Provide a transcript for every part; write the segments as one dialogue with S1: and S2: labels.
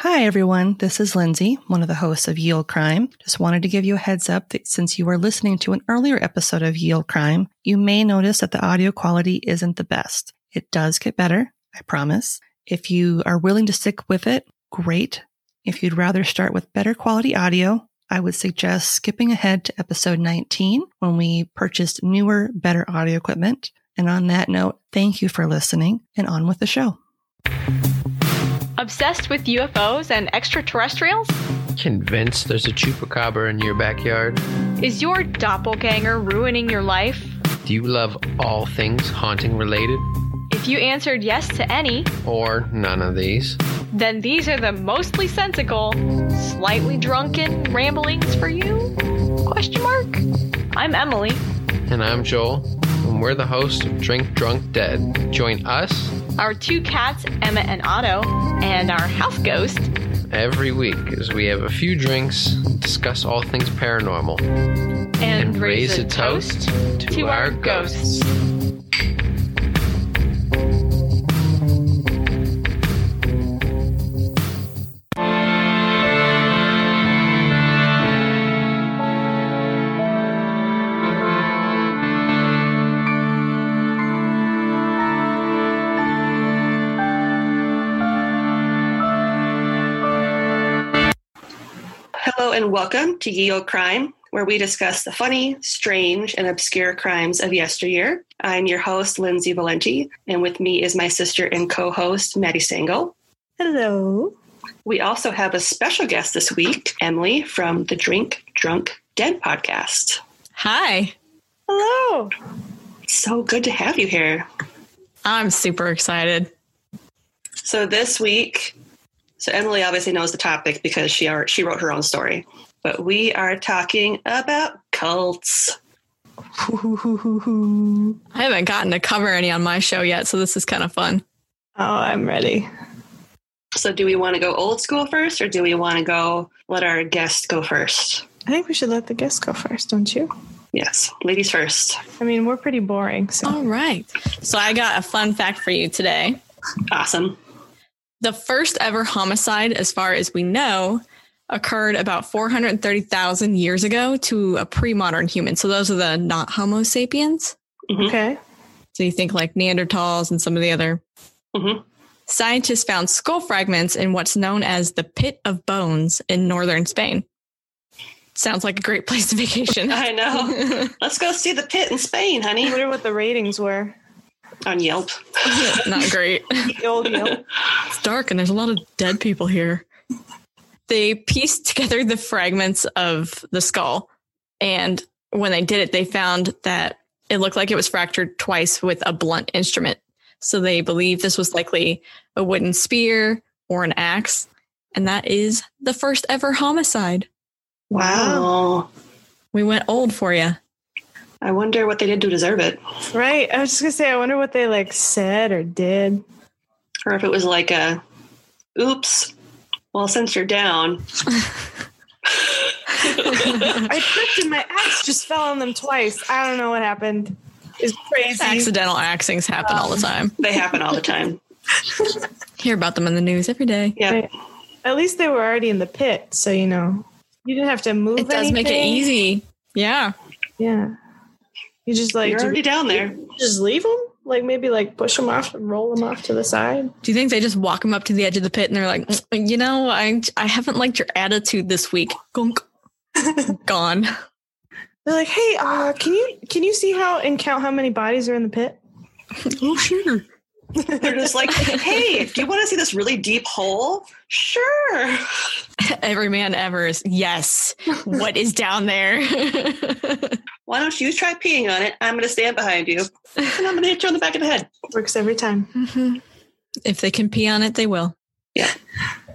S1: Hi, everyone. This is Lindsay, one of the hosts of Yield Crime. Just wanted to give you a heads up that since you are listening to an earlier episode of Yield Crime, you may notice that the audio quality isn't the best. It does get better, I promise. If you are willing to stick with it, great. If you'd rather start with better quality audio, I would suggest skipping ahead to episode 19 when we purchased newer, better audio equipment. And on that note, thank you for listening and on with the show.
S2: Obsessed with UFOs and extraterrestrials?
S3: Convinced there's a chupacabra in your backyard?
S2: Is your doppelganger ruining your life?
S3: Do you love all things haunting related?
S2: If you answered yes to any,
S3: Or none of these?
S2: then these are the mostly sensical, slightly drunken ramblings for you? Question mark? I'm Emily.
S3: And I'm Joel, and we're the hosts of Drink Drunk Dead. Join us
S2: Our two cats, Emma and Otto, and our house ghost,
S3: every week as we have a few drinks, discuss all things paranormal,
S2: and, raise a toast
S3: to,
S2: to
S3: our
S2: our ghosts.
S3: ghosts.
S1: Hello and welcome to Yield Crime, where we discuss the funny, strange, and obscure crimes of yesteryear. I'm your host, Lindsay Valenti, and with me is my sister and co host, Maddie Sangle.
S4: Hello.
S1: We also have a special guest this week, Emily from the Drink Drunk Dead podcast.
S5: Hi.
S4: Hello.
S1: So good to have you here.
S5: I'm super excited.
S1: So this week, so Emily obviously knows the topic because she are, she wrote her own story, but we are talking about cults.
S4: Oh,
S5: I haven't gotten to cover any on my show yet, so this is kind of fun.
S4: I'm ready.
S1: So, do we want to go old school first, or do we want to go let our guest go first?
S4: I think we should let the guests go first, don't you?
S1: Yes, ladies first.
S4: I mean, we're pretty boring, so
S5: All right. So I got a fun fact for you today.
S1: Awesome.
S5: The first ever homicide, as far as we know, occurred about 430,000 years ago to a pre modern human. So those are the not Homo sapiens.
S4: okay.
S5: So you think like Neanderthals and some of the other.
S1: Mhm.
S5: Scientists found skull fragments in what's known as the Pit of Bones in northern Spain. Sounds like a great place to vacation.
S1: I know. Let's go see the pit in Spain,
S4: I
S1: honey,
S4: wonder what the ratings were.
S1: on Yelp.
S5: Not great.
S4: The old Yelp.
S5: It's dark and there's a lot of dead people here. They pieced together the fragments of the skull. And when they did it, they found that it looked like it was fractured twice with a blunt instrument. So they believe this was likely a wooden spear or an axe. And that is the first ever homicide.
S1: Wow.
S5: We went old for you.
S1: I wonder what they did to deserve it,
S4: Right. I was just gonna say, I wonder what they like said or did.
S1: or if it was like a, oops. Well, since you're down,
S4: I tripped and my axe just fell on them twice. I don't know what happened. It's crazy.
S5: Accidental axings happen all the time.
S1: they happen all the time.
S5: Hear about them in the news every day.
S1: Yeah.
S4: At least they were already in the pit, so you know. You didn't have to move.
S5: It does make it
S4: anything.
S5: easy. Yeah.
S4: Yeah. You just like
S1: You're
S4: do-
S1: already down there.
S4: just leave them like maybe like push them off and roll them off to the side
S5: Do you think they just walk him up to the edge of the pit and they're like, "Mm, you know, I I haven't liked your attitude this week. Gunk. Gone.
S4: they're like hey uh can you can you see how and count how many bodies are in the pit
S5: Oh sure.
S1: They're just like, hey, do you want to see this really deep hole? Sure.
S5: Every man ever is yes. What is down there?
S1: Why don't you try peeing on it? I'm going to stand behind you, and I'm going to hit you on the back of the head.
S4: works every time
S5: Mhm. if they can pee on it, they will.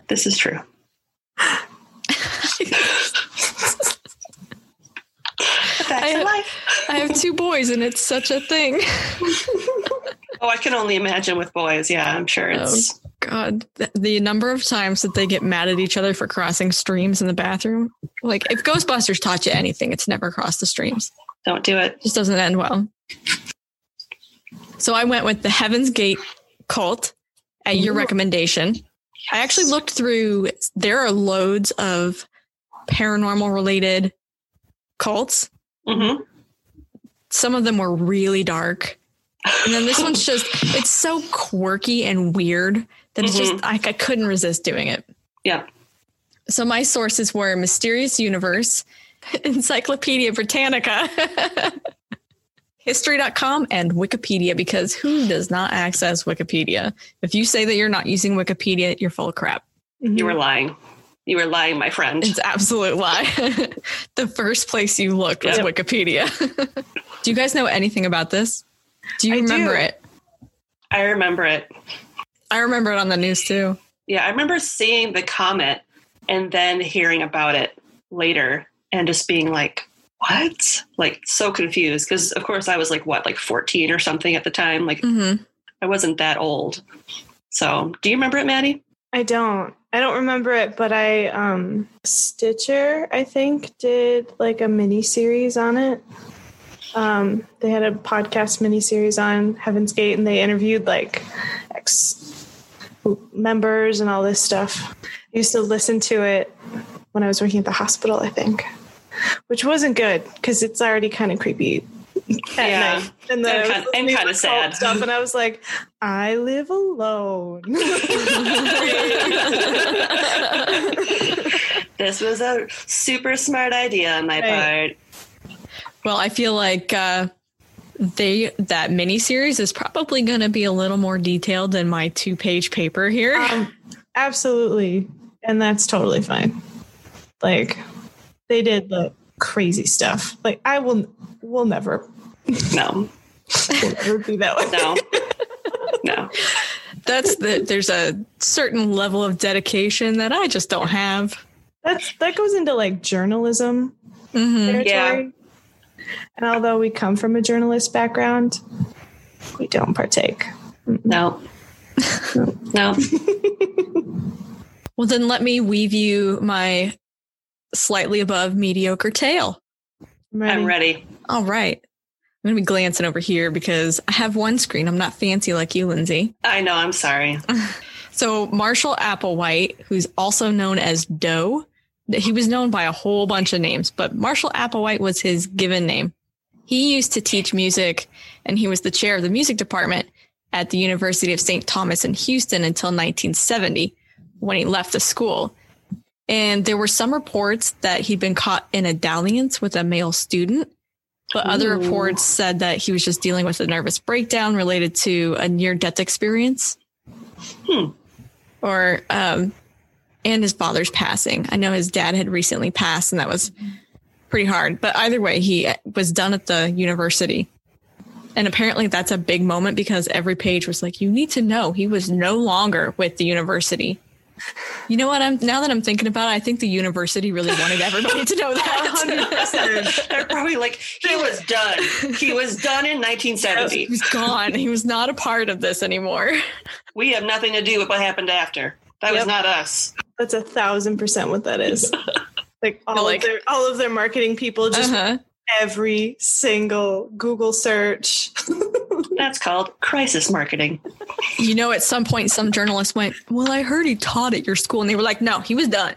S1: This is true. The facts
S5: I-
S1: of life.
S5: I have two boys and it's such a thing.
S1: Oh, I can only imagine with boys. Yeah, I'm sure it's.
S5: Oh. God, th- the number of times that they get mad at each other for crossing streams in the bathroom. Like if Ghostbusters taught you anything, it's never cross the streams.
S1: Don't do it.
S5: just doesn't end well. So I went with the Heaven's Gate cult at your recommendation. I actually looked through, there are loads of paranormal related cults.
S6: Mm-hmm.
S5: Some of them were really dark. And then this one's just, it's so quirky and weird that it's just, I, I couldn't resist doing it.
S6: Yeah.
S5: So my sources were Mysterious Universe, Encyclopedia Britannica, History.com, and Wikipedia, because who does not access Wikipedia? If you say that you're not using Wikipedia, you're full of crap.
S4: Mm-hmm.
S6: You were lying. You were lying, my friend.
S5: Mm-hmm. It's an absolute lie. the first place you looked was
S6: Yep.
S5: Wikipedia. do you guys know anything about this? Do you
S4: I do.
S5: remember it?
S6: I remember it.
S5: I remember it on the news too.
S6: Yeah, I remember seeing the comet and then hearing about it later and just being like, what? Like, so confused. Because, of course, I was like, what, like 14 or something at the time? Like,
S5: Mm-hmm.
S6: I wasn't that old. So, do you remember it, Maddie?
S4: I don't. I don't remember it, but I um Stitcher, I think, did like a mini series on it. Um, they had a podcast mini series on Heaven's Gate, and they interviewed like ex members and all this stuff. I used to listen to it when I was working at the hospital, I think, which wasn't good because it's already kind of creepy. At
S6: Yeah.
S4: night. And then
S6: And
S4: I
S6: kin-
S4: was
S6: and
S4: listening to
S6: kinda
S4: cult
S6: sad.
S4: Stuff, and I was like, I live alone.
S6: This was a super smart idea on my
S4: Right.
S6: part.
S5: Well, I feel like uh, they that mini series is probably going to be a little more detailed than my two page paper here.
S4: Um, absolutely. And that's totally fine. Like they did the crazy stuff. Like I will will never
S6: No,
S4: will never do that one.
S6: no, no.
S5: That's the there's a certain level of dedication that I just don't have.
S4: That's that goes into like journalism
S5: Mhm.
S4: territory. And although we come from a journalist background, we don't partake.
S6: No. No.
S5: Well, then let me weave you my slightly above mediocre tale.
S4: I'm
S6: I'm ready.
S5: All right. I'm going to be glancing over here because I have one screen. I'm not fancy like you, Lindsay.
S6: I know. I'm sorry.
S5: So, Marshall Applewhite, who's also known as Doe, that he was known by a whole bunch of names, but Marshall Applewhite was his given name. He used to teach music and he was the chair of the music department at the University of St. Thomas in Houston until 1970 when he left the school. And there were some reports that he'd been caught in a dalliance with a male student, but other
S6: Ooh.
S5: reports said that he was just dealing with a nervous breakdown related to a near death experience.
S6: Hmm.
S5: Or, um, and his father's passing. I know his dad had recently passed, and that was pretty hard. But either way, he was done at the university. And apparently, that's a big moment because every page was like, you need to know he was no longer with the university. You know what? I'm now that I'm thinking about it, I think the university really wanted everybody to know that.
S6: They're probably like, he was done. He was done in
S5: he
S6: 1970.
S5: was gone. He was not a part of this anymore.
S6: We have nothing to do with what happened after. That was
S4: Yep.
S6: not us.
S4: That's a thousand percent what that is. Like all
S5: Like-
S4: of their all of their marketing people just
S5: Uh-huh.
S4: every single Google search.
S6: That's called crisis marketing.
S5: You know, at some point, some journalist went, Well, I heard he taught at your school. And they were like, No, he was done.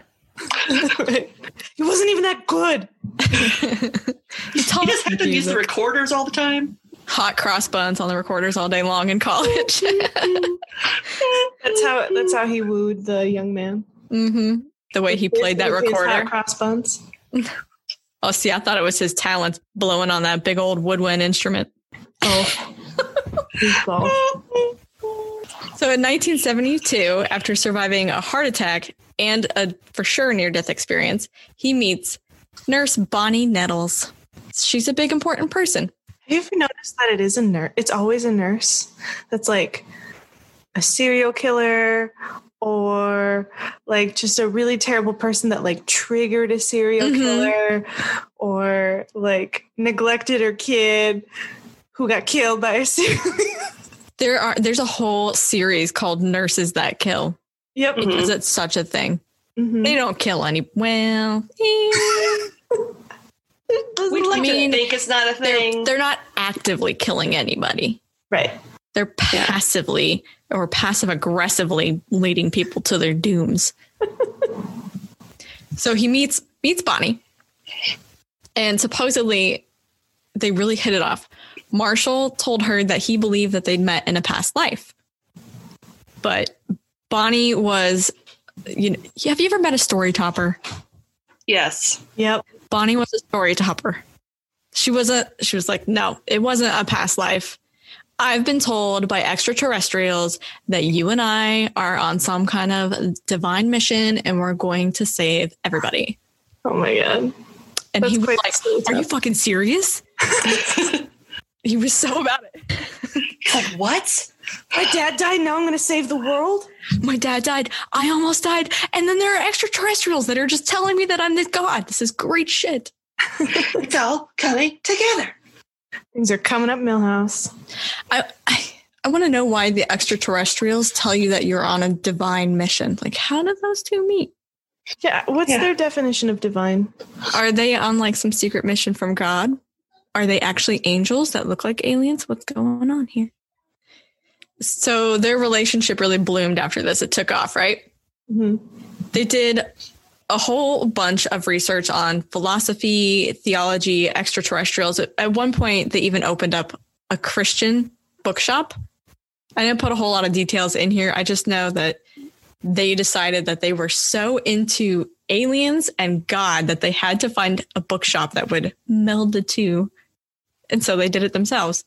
S4: it wasn't even that good.
S5: He taught
S6: You just have to use the recorders all the time.
S5: hot cross buns on the recorders all day long in college.
S4: That's how that's how he wooed the young man.
S5: hmm The way he played that
S4: With his hot
S5: recorder.
S4: Cross buns.
S5: Oh, see, I thought it was his talents blowing on that big old woodwind instrument.
S4: Oh. Goofball.
S5: So in 1972, after surviving a heart attack and a for sure near death experience, he meets nurse Bonnie Nettles. She's a big important person.
S4: Have you ever noticed that it is a nurse? It's always a nurse that's like a serial killer or like just a really terrible person that like triggered a serial
S5: Mhm.
S4: killer or like neglected her kid who got killed by a serial.
S5: There are there's a whole series called Nurses That Kill
S4: yep.
S6: Mhm.
S5: because it's such a thing.
S4: Mhm.
S5: They don't kill any well. eh.
S6: We'd like
S5: mean-
S4: Mm-hmm.
S6: to think it's not a
S5: they're-
S6: thing.
S5: they're not actively killing anybody.
S4: Right.
S5: They're passively or passive aggressively leading people to their dooms. so he meets meets Bonnie. And supposedly they really hit it off. Marshall told her that he believed that they'd met in a past life. But Bonnie was you know, have you ever met a story topper?
S6: Yes.
S4: Yep.
S5: Bonnie was a story topper. She was a she was like, no, it wasn't a past life. I've been told by extraterrestrials that you and I are on some kind of divine mission and we're going to save everybody.
S4: Oh my god.
S5: And he
S4: That's
S5: was
S4: quite
S5: like,
S4: the
S5: Are
S4: setup.
S5: you fucking serious? he was so about it.
S6: It's like, what?
S4: My dad died. Now I'm going to save the world.
S5: My dad died. I almost died. And then there are extraterrestrials that are just telling me that I'm this god. This is great shit.
S6: It's all coming together.
S4: Things are coming up, Millhouse.
S5: I I, I want to know why the extraterrestrials tell you that you're on a divine mission. Like, how did those two meet?
S4: Yeah. What's
S6: Yeah.
S4: their definition of divine?
S5: Are they on like some secret mission from God? Are they actually angels that look like aliens? What's going on here? So their relationship really bloomed after this. It took off, right?
S4: hmm
S5: They did a whole bunch of research on philosophy, theology, extraterrestrials. At at one point, they even opened up a Christian bookshop. I didn't put a whole lot of details in here. I just know that they decided that they were so into aliens and God that they had to find a bookshop that would meld the two. And so they did it themselves.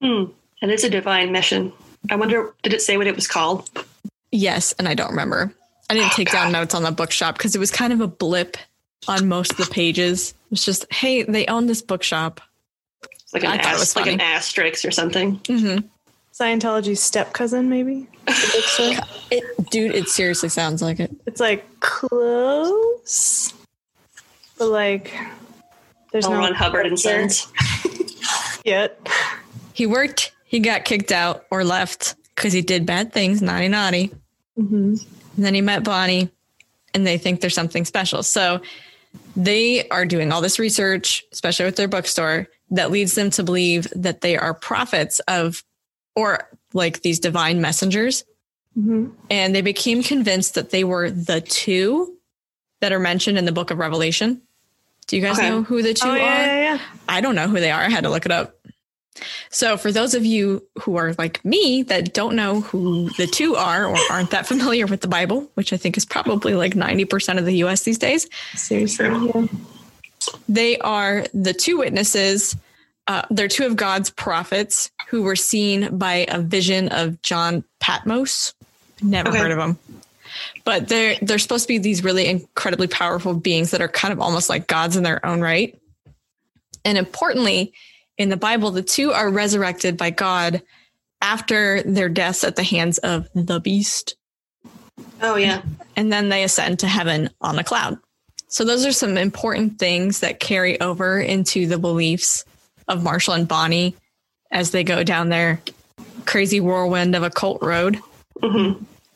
S6: Hmm. And it's a divine mission. I wonder, did it say what it was called?
S5: Yes, and I don't remember. I didn't take down notes on the bookshop because it was kind of a blip on most of the pages. It was just, hey, they own this bookshop.
S6: Like an,
S5: I thought it
S6: ast-
S5: was
S6: like
S5: funny.
S6: an asterisk or something.
S5: hmm
S4: Scientology's step cousin, maybe?
S5: It, dude, it seriously sounds like it.
S4: It's like close, but like there's
S6: L.
S4: no
S6: Ron Hubbard and
S4: there
S6: Sons.
S4: yet.
S5: He worked, he got kicked out or left because he did bad things, naughty, naughty.
S4: hmm
S5: And then he met Bonnie, and they think there's something special. So they are doing all this research, especially with their bookstore, that leads them to believe that they are prophets of, or like these divine messengers.
S4: hmm
S5: and they became convinced that they were the two that are mentioned in the book of Revelation. Do you guys
S6: Okay.
S5: know who the two
S4: Oh,
S5: are?
S4: yeah, yeah, yeah.
S5: I don't know who they are. I had to look it up. So, for those of you who are like me that don't know who the two are or aren't that familiar with the Bible, which I think is probably like 90% of the US these days,
S4: Seriously. Yeah.
S5: they are the two witnesses. Uh, they're two of God's prophets who were seen by a vision of John Patmos. Never
S6: Okay.
S5: heard of him. But they're they're supposed to be these really incredibly powerful beings that are kind of almost like gods in their own right. And importantly, in the Bible, the two are resurrected by God after their deaths at the hands of the beast
S6: Oh, yeah.
S5: and then they ascend to heaven on a cloud. So those are some important things that carry over into the beliefs of Marshall and Bonnie as they go down their crazy whirlwind of a cult road.
S6: hmm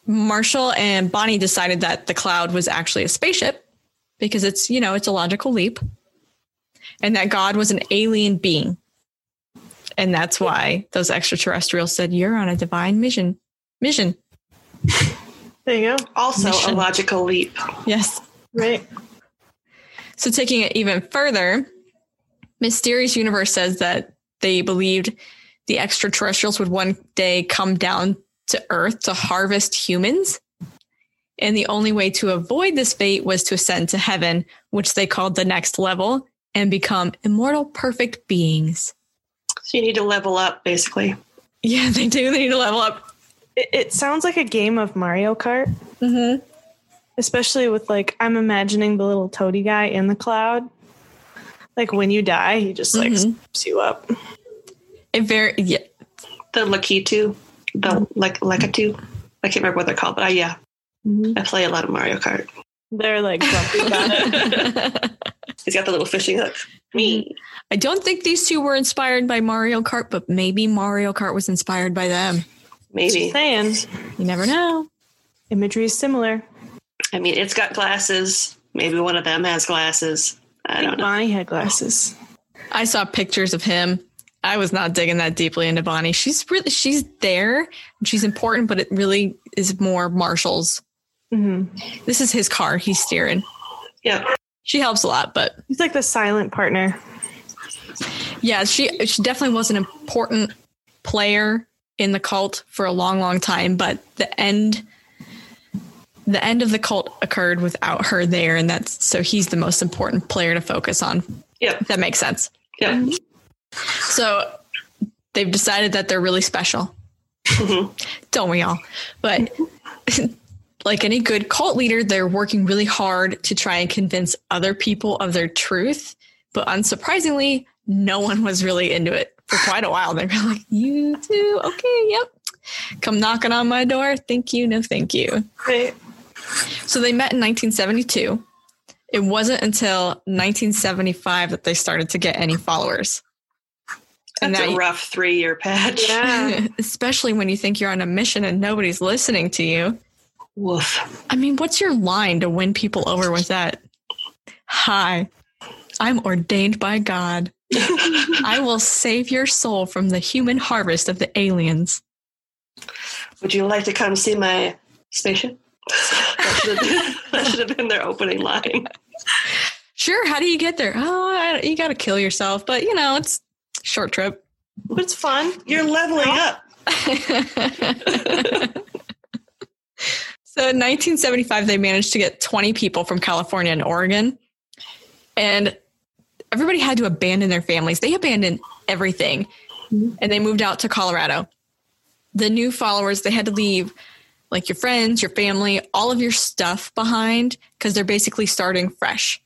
S5: Marshall and Bonnie decided that the cloud was actually a spaceship because it's, you know, it's a logical leap and that God was an alien being. And that's why those extraterrestrials said you're on a divine mission. Mission.
S4: There you go.
S6: Also,
S5: Mission.
S6: a logical leap.
S5: Yes.
S4: Right.
S5: So, taking it even further, Mysterious Universe says that they believed the extraterrestrials would one day come down to Earth to harvest humans. And the only way to avoid this fate was to ascend to heaven, which they called the next level, and become immortal, perfect beings.
S6: So you need to level up, basically.
S5: Yeah, they do. They need to level up.
S4: It, it sounds like a game of Mario Kart,
S5: Mm-hmm.
S4: especially with like, I'm imagining the little toady guy in the cloud. Like when you die, he just like
S5: Mhm.
S4: scoops you up.
S5: It very, yeah,
S6: The Lakitu. The like Lakitu. I can't remember what they're called, but I, yeah,
S4: Mm-hmm.
S6: I play a lot of Mario Kart.
S4: They're like grumpy about it.
S6: He's got the little fishing hook. Me.
S5: I don't think these two were inspired by Mario Kart, but maybe Mario Kart was inspired by them.
S6: Maybe.
S4: Just saying,
S5: You never know.
S4: imagery is similar.
S6: I mean, it's got glasses. Maybe one of them has glasses. I don't know.
S4: Bonnie had glasses.
S5: I saw pictures of him I was not digging that deeply into Bonnie. She's really she's there and she's important, but it really is more Marshall's.
S4: hmm
S5: This is his car. He's steering.
S6: Yep.
S5: She helps a lot, but
S4: He's like the silent partner.
S5: yeah, she she definitely was an important player in the cult for a long, long time. But the end, the end of the cult occurred without her there, and that's so he's the most important player to focus on.
S6: Yep.
S5: If that makes sense.
S6: Yep.
S5: So they've decided that they're really special.
S6: Mhm.
S5: Don't we all? But like any good cult leader, they're working really hard to try and convince other people of their truth. But unsurprisingly, no one was really into it for quite a while. They were like, You too? Okay, yep. Come knocking on my door. Thank you. No, thank you.
S4: Right.
S5: So they met in 1972. It wasn't until 1975 that they started to get any followers. And
S6: That's
S5: now
S6: a
S5: you-
S6: rough three year patch.
S4: Yeah.
S5: especially when you think you're on a mission and nobody's listening to you.
S6: Woof.
S5: I mean, what's your line to win people over with that? Hi, I'm ordained by God. I will save your soul from the human harvest of the aliens.
S6: Would you like to come see my spaceship? that, should have been, that should have been their opening line.
S5: Sure, how do you get there? Oh, I, you got to kill yourself, but you know, it's a short trip.
S4: But it's fun.
S6: You're leveling up.
S5: So in 1975, they managed to get 20 people from California and Oregon. And everybody had to abandon their families. They abandoned everything and they moved out to Colorado. The new followers, they had to leave like your friends, your family, all of your stuff behind because they're basically starting fresh.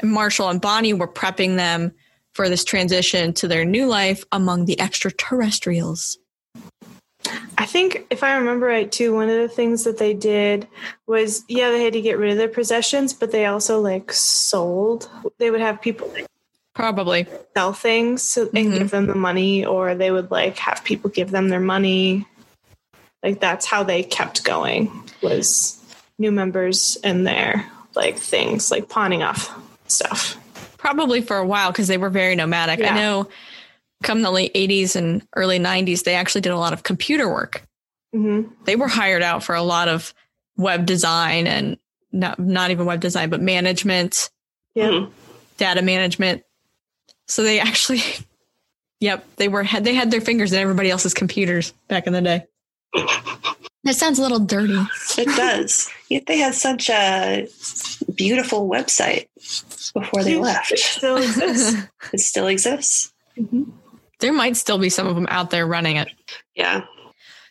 S5: And Marshall and Bonnie were prepping them for this transition to their new life among the extraterrestrials.
S4: I think if I remember right too, one of the things that they did was yeah, they had to get rid of their possessions, but they also like sold. They would have people like,
S5: Probably.
S4: sell things so, and
S5: Mhm.
S4: give them the money, or they would like have people give them their money. Like that's how they kept going was new members and their like things like pawning off stuff.
S5: probably for a while because they were very nomadic.
S4: Yeah.
S5: I know come the late 80s and early 90s, they actually did a lot of computer work.
S4: hmm
S5: They were hired out for a lot of web design and not, not even web design, but management,
S4: Yeah.
S6: Mhm.
S5: data management. So they actually, yep, they were had they had their fingers in everybody else's computers back in the day. That sounds a little dirty.
S6: It does. Yet they had such a beautiful website before they
S4: It
S6: left.
S4: still exists.
S6: It still exists.
S5: there might still be some of them out there running it.
S6: Yeah.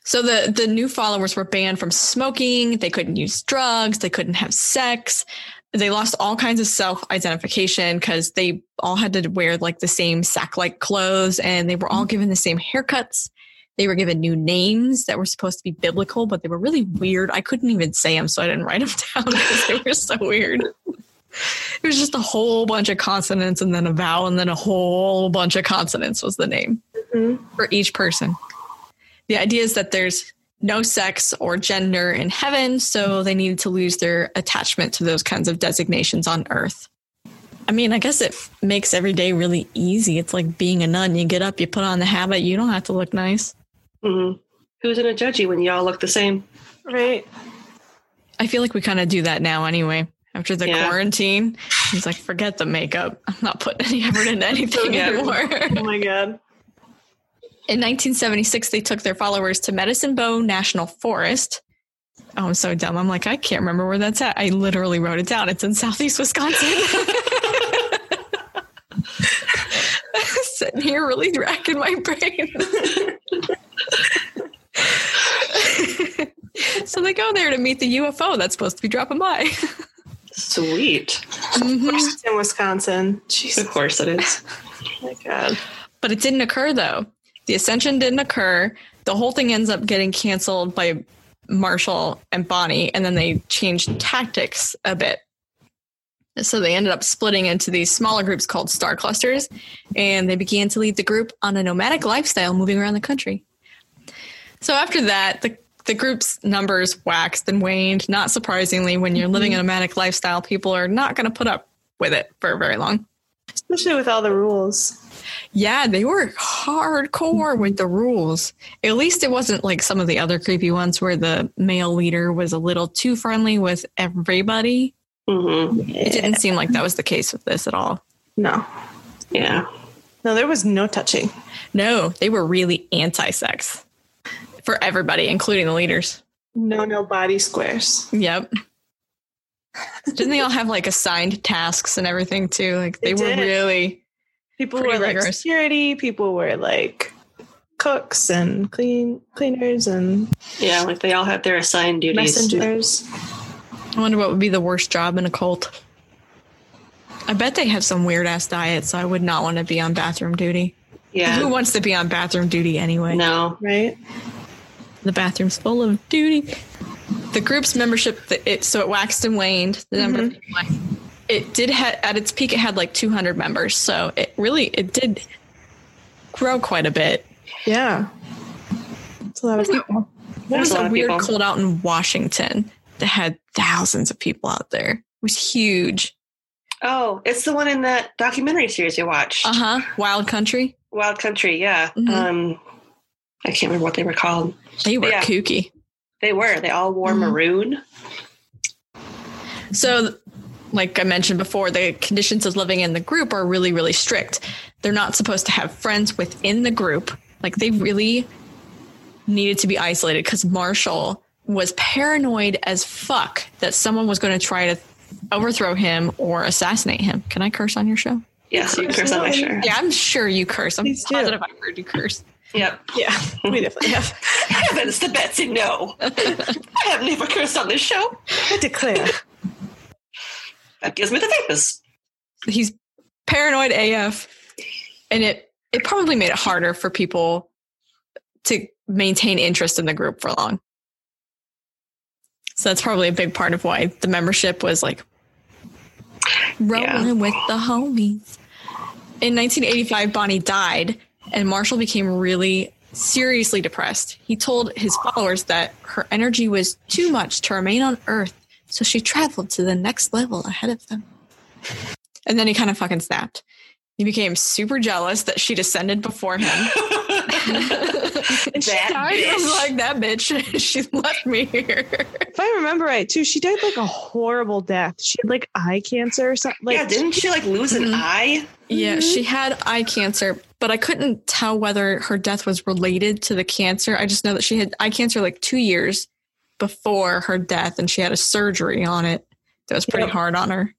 S5: So the the new followers were banned from smoking, they couldn't use drugs, they couldn't have sex. They lost all kinds of self-identification because they all had to wear like the same sack-like clothes and they were all given the same haircuts. They were given new names that were supposed to be biblical, but they were really weird. I couldn't even say them, so I didn't write them down because they were so weird. It was just a whole bunch of consonants and then a vowel and then a whole bunch of consonants was the name
S4: Mhm.
S5: for each person. The idea is that there's no sex or gender in heaven, so they needed to lose their attachment to those kinds of designations on earth. I mean, I guess it makes every day really easy. It's like being a nun. You get up, you put on the habit, you don't have to look nice.
S6: Mhm. Who's going to judge you when you all look the same?
S4: Right.
S5: I feel like we kind of do that now anyway. After the
S6: Yeah.
S5: quarantine, it's like, forget the makeup. I'm not putting any effort into anything
S6: Yeah.
S5: anymore.
S4: Oh my god.
S5: In 1976, they took their followers to Medicine Bow National Forest. Oh, I'm so dumb. I'm like, I can't remember where that's at. I literally wrote it down. It's in southeast Wisconsin. Sitting here really racking my brain. so they go there to meet the UFO that's supposed to be dropping by.
S6: Sweet.
S5: Mhm.
S4: It's in Wisconsin.
S6: Of
S4: Jesus.
S6: course it is.
S4: Oh my god.
S5: But it didn't occur though. The ascension didn't occur. The whole thing ends up getting canceled by Marshall and Bonnie, and then they changed tactics a bit. So they ended up splitting into these smaller groups called star clusters, and they began to lead the group on a nomadic lifestyle moving around the country. So after that, the the group's numbers waxed and waned. Not surprisingly, when you're living a nomadic lifestyle, people are not going to put up with it for very long.
S4: Especially with all the rules.
S5: Yeah, they were hardcore with the rules. At least it wasn't like some of the other creepy ones where the male leader was a little too friendly with everybody.
S6: hmm
S5: It didn't seem like that was the case with this at all.
S4: No,
S6: Yeah.
S4: no, there was no touching.
S5: No, they were really anti sex for everybody, including the leaders.
S4: No, no body squares.
S5: Yep. Didn't they all have like assigned tasks and everything too? Like they,
S4: They
S5: were
S4: did.
S5: really
S4: People
S5: Pretty
S4: were like
S5: rigorous.
S4: security. People were like cooks and clean cleaners and
S6: Yeah. Like they all had their assigned duties.
S4: messengers.
S5: I wonder what would be the worst job in a cult. I bet they have some weird ass diet, so I would not want to be on bathroom duty. Who
S6: Yeah.
S5: wants to be on bathroom duty anyway?
S6: No.
S4: Right?
S5: The bathroom's full of duty. The group's membership, th- it so it waxed and waned. The number of
S6: Mm-hmm.
S5: people I- it did ha- at its peak, it had like 200 members, so it really it did grow quite a bit.
S4: Yeah. It's a lot of people.
S5: What
S6: There's
S5: was
S6: a lot
S5: a
S6: of
S5: weird
S6: people.
S5: cold out in Washington that had thousands of people out there? It was huge.
S6: Oh, it's the one in that documentary series you watched,
S5: Uh huh. Wild country.
S6: Wild Country. Yeah.
S5: Mhm.
S6: Um, I can't remember what they were called.
S5: They were
S6: Yeah.
S5: kooky.
S6: They were. They all wore
S5: Mhm.
S6: maroon.
S5: So, like I mentioned before, the conditions of living in the group are really, really strict. They're not supposed to have friends within the group. Like, they really needed to be isolated because Marshall was paranoid as fuck that someone was going to try to overthrow him or assassinate him. Can I curse on your show?
S6: Yes, you curse on my shirt.
S5: Yeah, I'm sure you curse. I'm
S4: Please do.
S5: positive I heard you curse.
S6: Yep.
S4: Yeah, we definitely have.
S6: Heavens to Betsy, no. I have never cursed on this show.
S4: I declare.
S6: That gives me the vapors.
S5: he's paranoid AF, and it it probably made it harder for people to maintain interest in the group for long. So that's probably a big part of why the membership was like rolling
S6: Yeah.
S5: with the homies. In 1985, Bonnie died, and Marshall became really seriously depressed. He told his followers that her energy was too much to remain on Earth, so she traveled to the next level ahead of them. And then he kind of fucking snapped. He became super jealous that she descended before him. and she
S6: That
S5: died. He was
S6: bitch.
S5: like, that bitch, she left me here.
S4: If I remember right, too, she died like a horrible death. She had like eye cancer or something. Like,
S6: yeah, didn't she like lose an
S5: Mhm.
S6: eye?
S5: Yeah,
S4: Mhm.
S5: she had eye cancer, but I couldn't tell whether her death was related to the cancer. I just know that she had eye cancer like two years before her death, and she had a surgery on it that was pretty
S4: Yep.
S5: hard on her.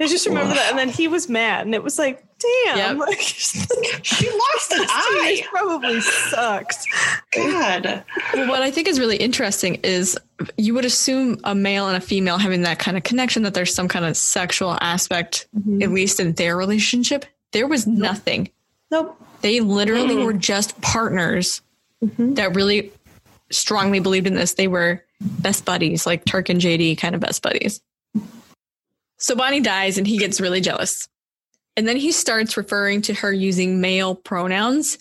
S4: I just remember that. And then he was mad, and it was like,
S5: Yep.
S4: damn, like, she
S6: She lost an eye.
S4: probably sucks.
S6: God.
S5: Well, what I think is really interesting is you would assume a male and a female having that kind of connection, that there's some kind of sexual aspect, at least in their relationship. There was nothing.
S4: Nope.
S5: They literally were just partners
S4: Mhm.
S5: that really strongly believed in this. They were best buddies, like Turk and JD kind of best buddies. So Bonnie dies and he gets really jealous. And then he starts referring to her using male pronouns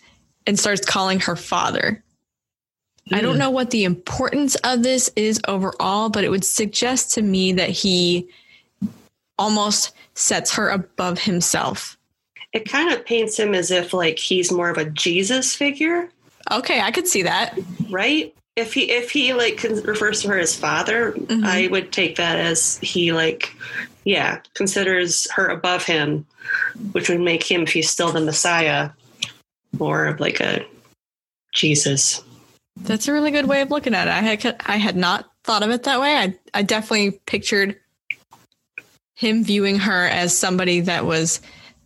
S5: and starts calling her father. I don't know what the importance of this is overall, but it would suggest to me that he almost sets her above himself.
S6: It kind of paints him as if like he's more of a Jesus figure,
S5: Okay, I could see that.
S6: right? If he if he like con- refers to her as father,
S5: Mhm.
S6: I would take that as he like yeah, considers her above him, which would make him if he's still the Messiah more of like a Jesus.
S5: That's a really good way of looking at it. I had I had not thought of it that way. I I definitely pictured him viewing her as somebody that was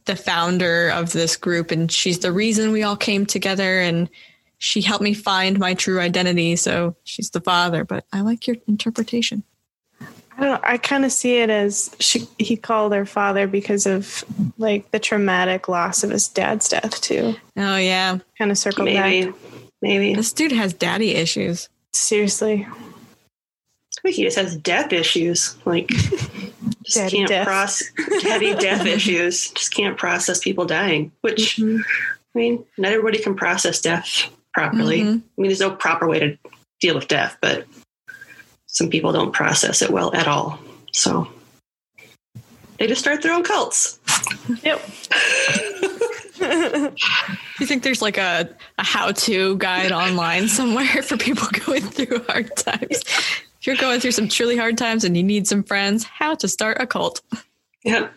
S5: the founder of this group and she's the reason we all came together and she helped me find my true identity, so she's the father, but I like your interpretation.
S4: I don't know. I kind of see it as she, he called her father because of like the traumatic loss of his dad's death, too.
S5: Oh yeah.
S4: Kind of circled back.
S6: Maybe. Maybe. I
S5: This dude has daddy issues.
S4: Seriously.
S6: think he just has death issues. Like just
S4: Daddy
S6: can't
S4: death.
S6: process daddy death issues. Just can't process people dying. Which
S4: Mhm.
S6: I mean, not everybody can process death properly.
S5: Mhm.
S6: I mean, there's no proper way to deal with death, but some people don't process it well at all. So they just start their own cults.
S4: Yep.
S5: Do you think there's like a, a how to guide online somewhere for people going through hard times? If you're going through some truly hard times and you need some friends, how to start a cult.
S6: Yeah.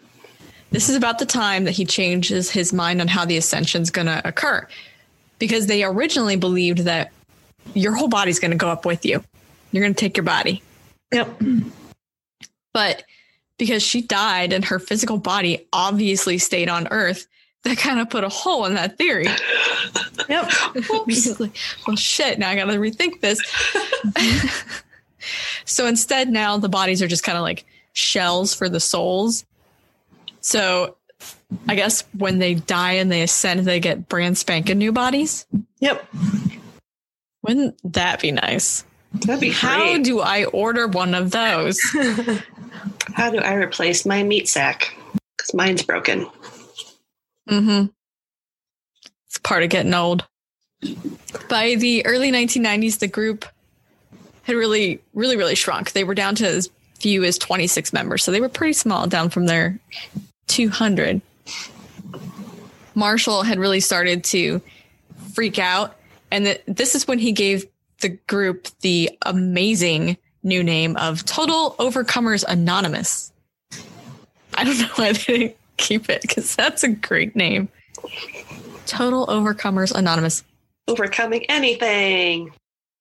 S5: This is about the time that he changes his mind on how the ascension's going to occur because they originally believed that your whole body's going to go up with you. You're going to take your body.
S4: Yep.
S5: But because she died and her physical body obviously stayed on Earth, that kind of put a hole in that theory.
S4: Yep.
S5: Because, like, well, shit, now I got to rethink this. so instead, now the bodies are just kind of like shells for the souls. So I guess when they die and they ascend, they get brand spanking new bodies.
S4: Yep.
S5: Wouldn't that be nice?
S6: That'd be
S5: How
S6: great.
S5: do I order one of those?
S6: How do I replace my meat sack? Because mine's broken.
S5: Mm-hmm. It's part of getting old. By the early 1990s, the group had really, really, really shrunk. They were down to as few as 26 members. So they were pretty small, down from their 200. Marshall had really started to freak out. And th- this is when he gave the group the amazing new name of Total Overcomers Anonymous. I don't know why they didn't keep it because that's a great name. Total Overcomers Anonymous.
S6: Overcoming anything.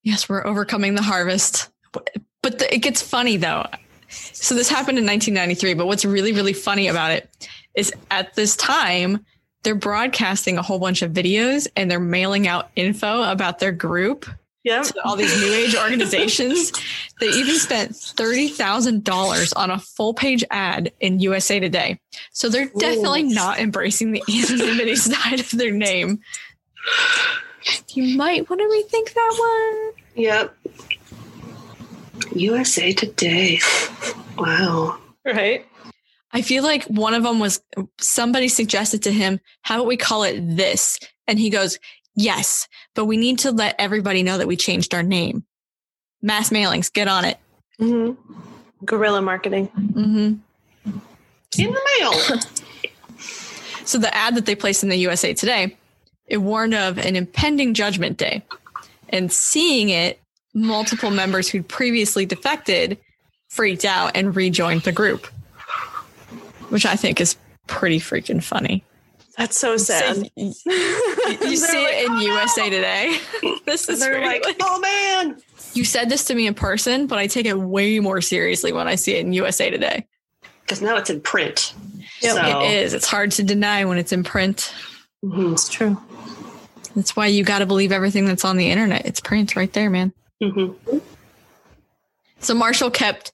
S5: Yes, we're overcoming the harvest. But the, it gets funny though. So this happened in 1993, but what's really, really funny about it is at this time, they're broadcasting a whole bunch of videos and they're mailing out info about their group
S4: Yep.
S5: to all these new age organizations. They even spent $30,000 on a full page ad in USA Today. So they're definitely not embracing the anonymity side of their name. You might want to rethink that one.
S6: Yep. USA Today. Wow.
S4: Right.
S5: I feel like one of them was somebody suggested to him, how about we call it this? And he goes, yes, but we need to let everybody know that we changed our name. Mass mailings, get on it.
S4: hmm Guerrilla marketing.
S5: Mm-hmm.
S6: In the mail.
S5: So the ad that they placed in the USA Today, it warned of an impending judgment day. And seeing it, multiple members who'd previously defected freaked out and rejoined the group, which I think is pretty freaking funny.
S4: That's so sad.
S5: So you you see it in USA Today. this is
S6: They're
S5: really
S6: like,
S5: like-
S6: oh man.
S5: you said this to me in person, but I take it way more seriously when I see it in USA Today.
S6: Because now it's in print.
S4: Yep.
S6: So,
S5: It is. It's hard to deny when it's in print.
S6: mhm,
S4: It's true.
S5: That's why you got to believe everything that's on the internet. It's print right there, man.
S6: mhm.
S5: So Marshall kept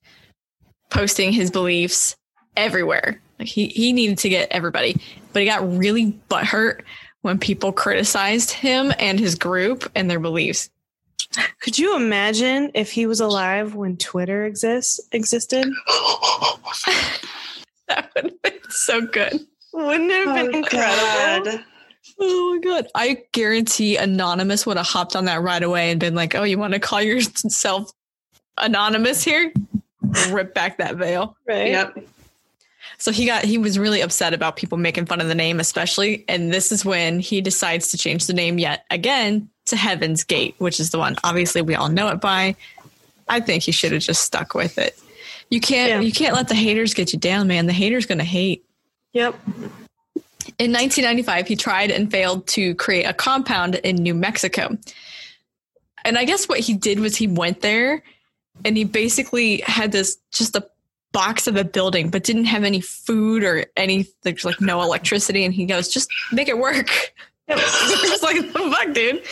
S5: posting his beliefs everywhere. Like he, he needed to get everybody, but he got really butthurt when people criticized him and his group and their beliefs.
S4: Could you imagine if he was alive when Twitter exists existed?
S5: That would have been so good.
S4: Wouldn't it have been Oh, incredible?
S6: Oh, God.
S5: Oh my god! I guarantee Anonymous would have hopped on that right away and been like, "Oh, you want to call yourself Anonymous here? Rip back that veil."
S4: Right.
S6: Yep.
S5: So he got he was really upset about people making fun of the name, especially, and this is when he decides to change the name yet again to Heaven's Gate, which is the one obviously we all know it by. I think he should have just stuck with it. You can't
S4: Yeah.
S5: you can't let the haters get you down, man. The haters gonna hate.
S4: Yep.
S5: In 1995, he tried and failed to create a compound in New Mexico. And I guess what he did was he went there and he basically had this just a box of a building, but didn't have any food or any, there's like no electricity. And he goes, just make it work. It's like, the fuck, dude.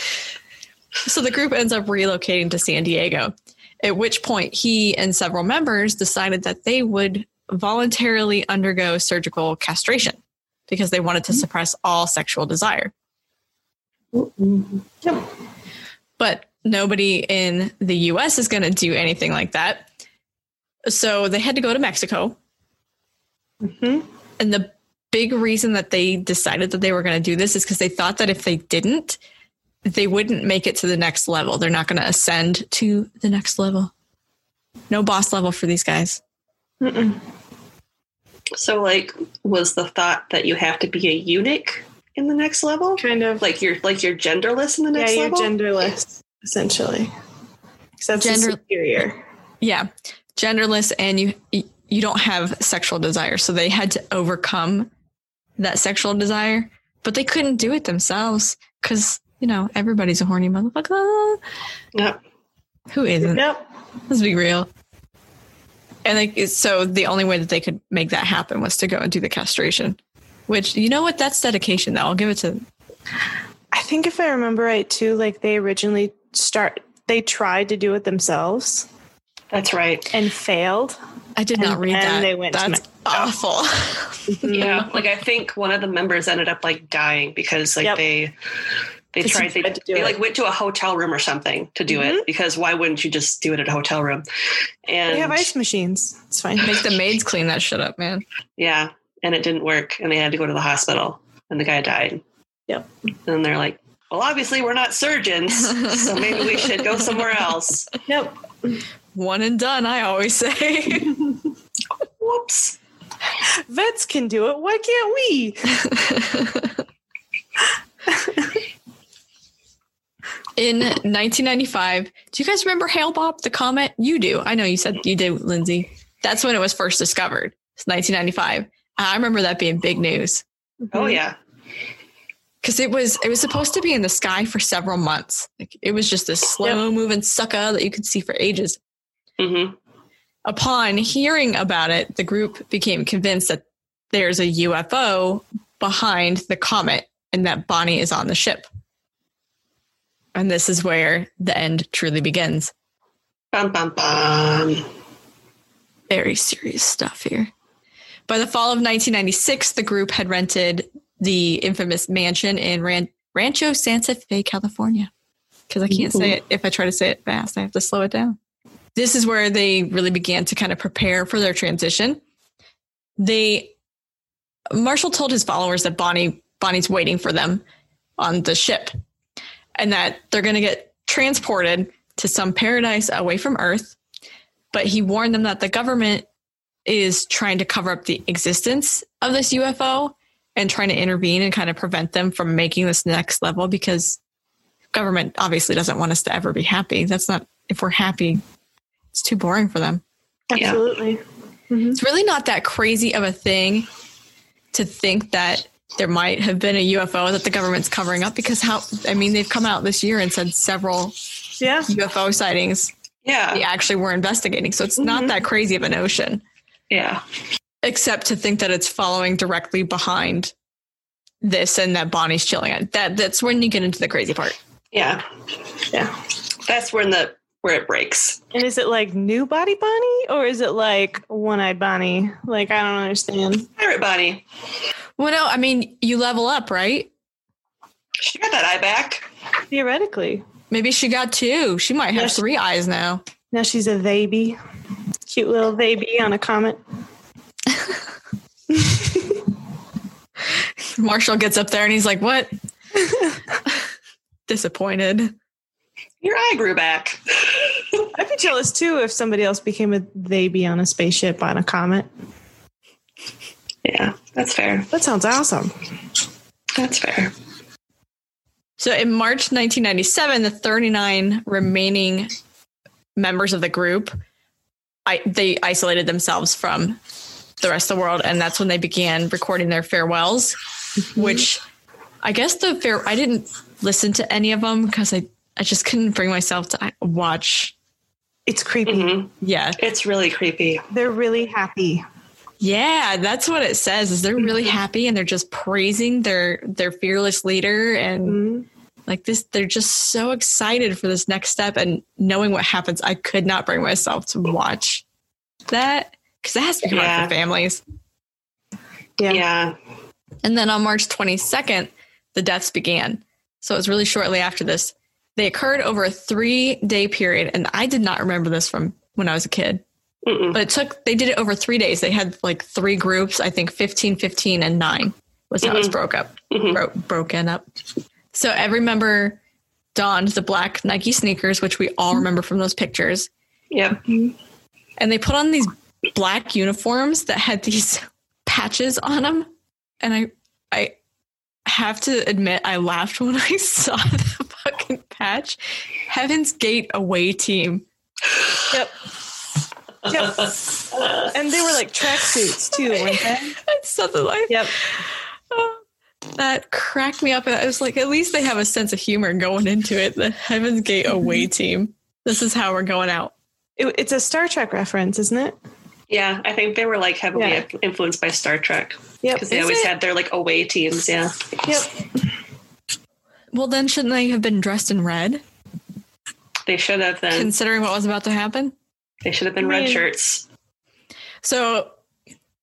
S5: So the group ends up relocating to San Diego, at which point he and several members decided that they would voluntarily undergo surgical castration because they wanted to suppress all sexual desire. But nobody in the US is going to do anything like that. So they had to go to Mexico.
S4: Mhm.
S5: And the big reason that they decided that they were going to do this is because they thought that if they didn't, they wouldn't make it to the next level. They're not going to ascend to the next level. No boss level for these guys.
S6: So, like, was the thought that you have to be a eunuch in the next level?
S4: Kind of
S6: Like you're like you're genderless in the
S4: yeah,
S6: next
S4: you're
S6: level.
S4: genderless essentially, except
S5: Gender-
S4: for superior.
S5: Yeah, genderless, and you you don't have sexual desire, so they had to overcome that sexual desire, but they couldn't do it themselves because you know everybody's a horny motherfucker.
S6: Yep.
S5: Who isn't?
S4: Yep.
S5: Let's be real. And like, so the only way that they could make that happen was to go and do the castration, which you know what? That's dedication. Though I'll give it to.
S4: I think if I remember right too, like they originally start they tried to do it themselves
S6: That's right.
S4: and failed.
S5: I did not
S4: And
S5: read
S4: then
S5: that.
S4: they went to
S5: That's awful.
S6: Yeah. Like I think one of the members ended up like dying because like
S4: Yep.
S6: they they
S4: Because
S6: tried
S4: they
S6: they,
S4: tried to do
S6: they
S4: it. Mm-hmm.
S6: like went to a hotel room or something to do it because why wouldn't you just do it at a hotel room? And
S4: They have ice machines. It's fine.
S5: Make the maids clean that shit up, man.
S6: Yeah. And it didn't work. And they had to go to the hospital. And the guy died.
S4: Yep.
S6: And they're like, well, obviously, we're not surgeons. so maybe we should go somewhere else.
S4: Yep.
S5: One and done. I always say.
S6: Whoops.
S4: Vets can do it. Why can't we?
S5: In 1995, do you guys remember Hale Bob the comet? You do. I know you said you did, Lindsay. That's when it was first discovered. It's 1995. I remember that being big news
S6: Oh,
S4: Mm-hmm.
S6: yeah.
S5: because it was it was supposed to be in the sky for several months. Like, it was just this slow moving sucker that you could see for ages.
S6: hmm
S5: Upon hearing about it, the group became convinced that there's a UFO behind the comet and that Bonnie is on the ship. And this is where the end truly begins.
S6: Bum, bum, bum.
S5: very serious stuff here. By the fall of 1996, the group had rented the infamous mansion in Ran- Rancho Santa Fe, California. Because I can't say it if I try to say it fast, I have to slow it down. This is where they really began to kind of prepare for their transition. They Marshall told his followers that Bonnie Bonnie's waiting for them on the ship and that they're going to get transported to some paradise away from Earth but he warned them that the government is trying to cover up the existence of this UFO and trying to intervene and kind of prevent them from making this next level because government obviously doesn't want us to ever be happy. That's not if we're happy, it's too boring for them.
S6: Yeah.
S4: Absolutely.
S5: It's really not that crazy of a thing to think that there might have been a UFO that the government's covering up because how I mean they've come out this year and said several
S4: Yeah.
S5: UFO sightings
S6: Yeah.
S5: they
S6: Yeah.
S5: actually were investigating. So it's not
S4: Mhm.
S5: that crazy of a notion. except to think that it's following directly behind this and that Bonnie's chilling it. That that's when you get into the crazy part.
S6: Yeah.
S4: Yeah.
S6: That's when the where it breaks.
S4: And is it like new body Bonnie or is it like one eyed Bonnie? Like I don't understand.
S6: Pirate Bonnie.
S5: Well, no, I mean you level up, right?
S6: She got that eye back.
S4: Theoretically.
S5: Maybe she got two. She might have
S4: Yes.
S5: three eyes now.
S4: Now she's a baby. Cute little baby on a comet.
S5: Marshall gets up there and he's like, "What?" Disappointed.
S6: Your eye grew back.
S4: I'd be jealous too if somebody else became a baby on a spaceship on a comet.
S6: yeah. That's fair.
S4: That sounds awesome.
S6: That's fair.
S5: So in March 1997, the 39 remaining members of the group, I, they isolated themselves from the rest of the world, and that's when they began recording their farewells. Which I guess the fair I didn't listen to any of them because I I just couldn't bring myself to watch.
S4: It's creepy.
S6: hmm
S5: Yeah,
S6: It's really creepy.
S4: They're really happy.
S5: yeah, that's what it says. Is they're really happy and they're just praising their their fearless leader and.
S4: Mm-hmm.
S5: like this they're just so excited for this next step and knowing what happens i could not bring myself to watch that because that has to be hard
S6: Yeah.
S5: for families
S4: Yeah.
S6: Yeah.
S5: and then on march 22nd the deaths began so it was really shortly after this they occurred over a three day period and i did not remember this from when i was a kid
S6: Mm-mm.
S5: but it took they did it over three days they had like three groups i think 15 15 and 9 was how it's broke up
S6: Mhm.
S5: bro- broken up so every member donned the black nike sneakers which we all remember from those pictures
S6: Yep.
S5: and they put on these black uniforms that had these patches on them and i i have to admit, I laughed when I saw the fucking patch. Heaven's Gate away team.
S4: Yep. Yep. and they were like tracksuits too, weren't they?
S5: Something like
S4: Yep.
S5: that cracked me up. And I was like, at least they have a sense of humor going into it. The Heaven's Gate away team. This is how we're going out.
S4: It, it's a Star Trek reference, isn't it?
S6: Yeah, I think they were like heavily
S4: Yeah.
S6: influenced by Star Trek
S4: Yep.
S6: because they
S5: Is
S6: always
S5: it?
S6: had their like away teams. Yeah,
S4: Yep.
S5: Well, then shouldn't they have been dressed in red,
S6: they should have then.
S5: considering what was about to happen?
S6: they should have been
S4: I
S6: red
S4: mean-
S6: shirts.
S5: So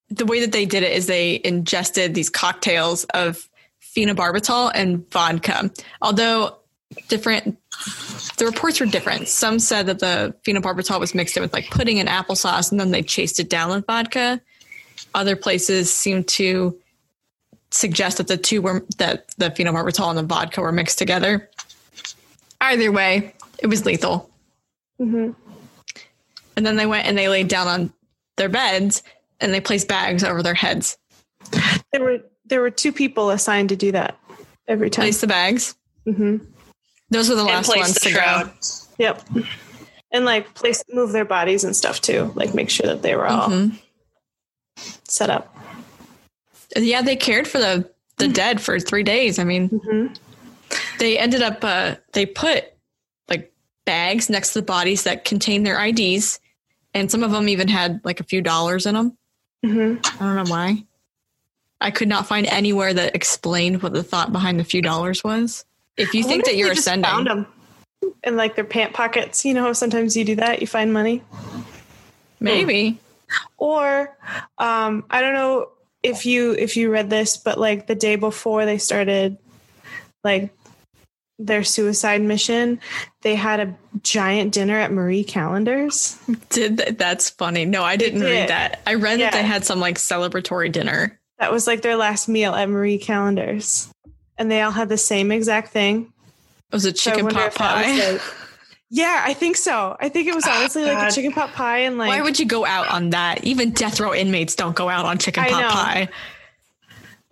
S5: the way that they did it is they ingested these cocktails of phenobarbital and vodka. Although different the reports were different. Some said that the phenobarbital was mixed in with like pudding and applesauce and then they chased it down with vodka. Other places seemed to suggest that the two were that the phenobarbital and the vodka were mixed together. Either way, it was lethal.
S4: hmm
S5: And then they went and they laid down on their beds and they placed bags over their heads.
S4: There were there were two people assigned to do that every time.
S5: Place the bags.
S4: hmm
S5: Those were the
S6: And
S5: last
S6: place
S5: ones
S6: the
S5: to
S6: shroud.
S5: go.
S4: Yep. And like place move their bodies and stuff too. Like make sure that they were all
S5: Mhm.
S4: set up.
S5: Yeah, they cared for the
S6: Mm-hmm.
S5: the dead for three days. I mean,
S4: hmm
S5: they ended up uh, they put like bags next to the bodies that contained their IDs, and some of them even had like a few dollars in them.
S4: hmm
S5: I don't know why. I could not find anywhere that explained what the thought behind the few dollars was. If you think that you're ascending,
S4: Found them. In like their pant pockets, you know. how Sometimes you do that. You find money.
S5: maybe.
S4: or um, i don't know if you if you read this but like the day before they started like their suicide mission they had a giant dinner at marie callender's
S5: Did th- that's funny. No, I didn't
S4: did.
S5: read that. I read that
S4: Yeah.
S5: they had some like celebratory dinner.
S4: that was like their last meal at marie callender's and they all had the same exact thing
S5: It was a
S4: So I
S5: chicken
S4: wonder
S5: pot
S4: if that was,
S5: pie. Ah,
S4: like- yeah i think so i think it was honestly like
S6: God.
S4: a chicken pot pie and like
S5: Why would you go out on that? Even death row inmates don't go out on chicken
S4: I
S5: pot
S4: know.
S5: pie.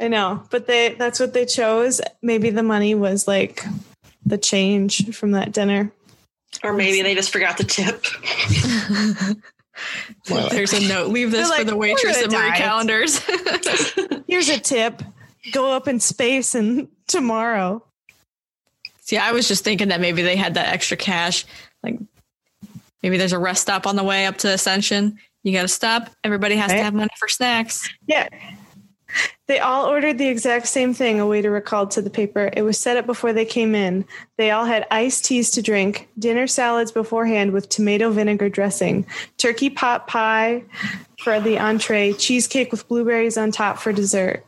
S4: I know, but they that's what they chose. Maybe the money was like the change from that dinner.
S6: Or maybe they just forgot the tip.
S5: There's a note. Leave this
S4: They're
S5: for
S4: like,
S5: the
S4: "We're
S5: waitress
S4: gonna
S5: at Marie
S4: die."
S5: Callender's.
S4: Here's a tip. Go up in space and tomorrow.
S5: See, I was just thinking that maybe they had that extra cash. Like maybe there's a rest stop on the way up to Ascension. You got to stop. Everybody has
S4: Right.
S5: to have money for snacks.
S4: Yeah. They all ordered the exact same thing, a waiter recalled to the paper. It was set up before they came in. They all had iced teas to drink, dinner salads beforehand with tomato vinegar dressing, turkey pot pie for the entree, cheesecake with blueberries on top for dessert.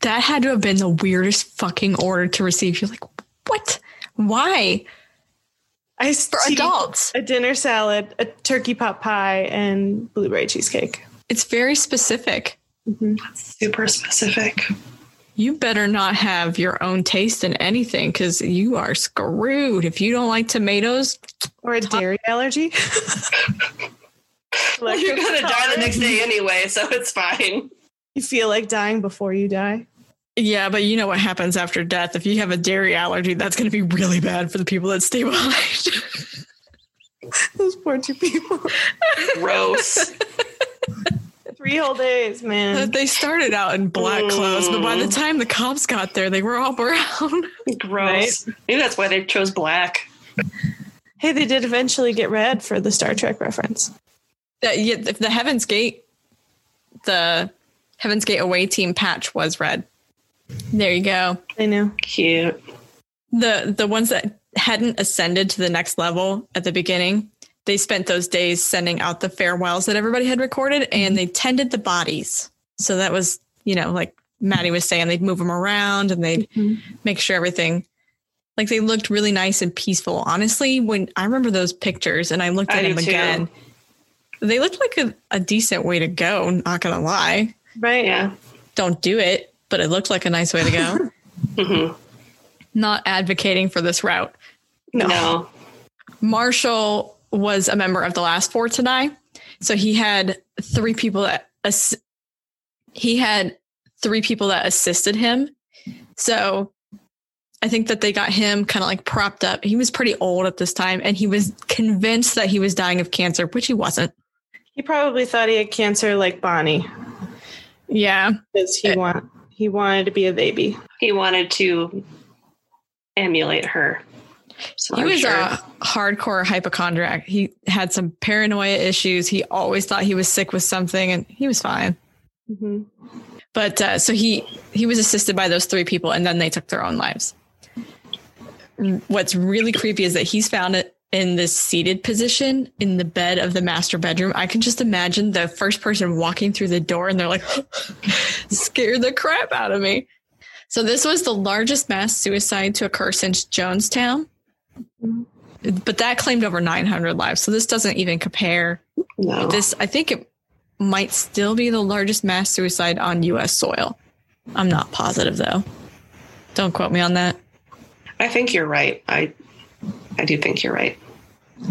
S5: That had to have been the weirdest fucking order to receive. You're like, what? Why?
S4: Iced
S5: For
S4: tea,
S5: adults.
S4: a dinner salad, a turkey pot pie, and blueberry cheesecake.
S5: It's very specific.
S6: Super specific.
S5: You better not have your own taste in anything because you are screwed. If you don't like tomatoes,
S4: Or a dairy allergy.
S6: Well, you're gonna die the next day anyway, so it's fine.
S4: You feel like dying before you die.
S5: yeah, but you know what happens after death. If you have a dairy allergy, that's going to be really bad for the people that stay behind.
S4: Those poor two people.
S6: Gross.
S4: Three whole days, man.
S5: they started out in black clothes, but by the time the cops got there, they were all brown.
S6: Gross. Maybe that's why they chose black.
S4: Hey, they did eventually get red for the Star Trek reference.
S5: the, yeah, the- the Heaven's Gate, the Heaven's Gate away team patch was red. There you go.
S4: They knew.
S6: Cute.
S5: the the ones that hadn't ascended to the next level at the beginning they spent those days sending out the farewells that everybody had recorded and they tended the bodies so that was you know like maddie was saying they'd move them around and they'd
S4: Mhm.
S5: make sure everything like they looked really nice and peaceful honestly when i remember those pictures and i looked
S6: I
S5: at
S6: do
S5: them
S6: too.
S5: again they looked like a, a decent way to go not gonna lie
S4: Right?
S6: Yeah.
S5: don't do it but it looked like a nice way to go
S6: hmm
S5: not advocating for this route
S4: No.
S6: No.
S5: Marshall was a member of the last four to die. So he had three people that ass- he had three people that assisted him So I think that they got him kind of like propped up. He was pretty old at this time and he was convinced that he was dying of cancer, which he wasn't.
S4: He probably thought he had cancer like Bonnie
S5: Yeah.
S4: because he want he wanted to be a baby.
S6: He wanted to emulate her. So
S5: He
S6: I'm
S5: was uh,
S6: sure-
S5: a hardcore hypochondriac. He had some paranoia issues. He always thought he was sick with something and he was fine.
S4: hmm
S5: But uh, so he he was assisted by those three people, and then they took their own lives. What's really creepy is that he's found it in this seated position in the bed of the master bedroom. I can just imagine the first person walking through the door, and they're like, scared the crap out of me. So this was the largest mass suicide to occur since Jonestown,
S4: Mhm.
S5: but that claimed over 900 lives. So this doesn't even compare
S6: no.
S5: this i think it might still be the largest mass suicide on us soil i'm not positive though don't quote me on that
S6: I think you're right. I I do think you're right.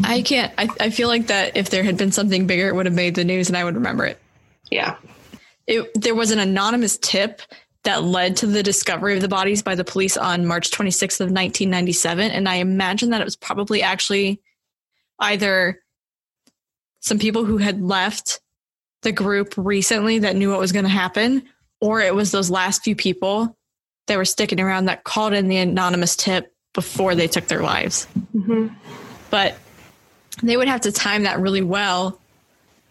S5: i can't I, I feel like that if there had been something bigger it would have made the news and i would remember it
S6: Yeah.
S5: it there was an anonymous tip that led to the discovery of the bodies by the police on march 26th of 1997 and i imagine that it was probably actually either some people who had left the group recently that knew what was going to happen or it was those last few people that were sticking around that called in the anonymous tip before they took their lives
S4: hmm
S5: but they would have to time that really well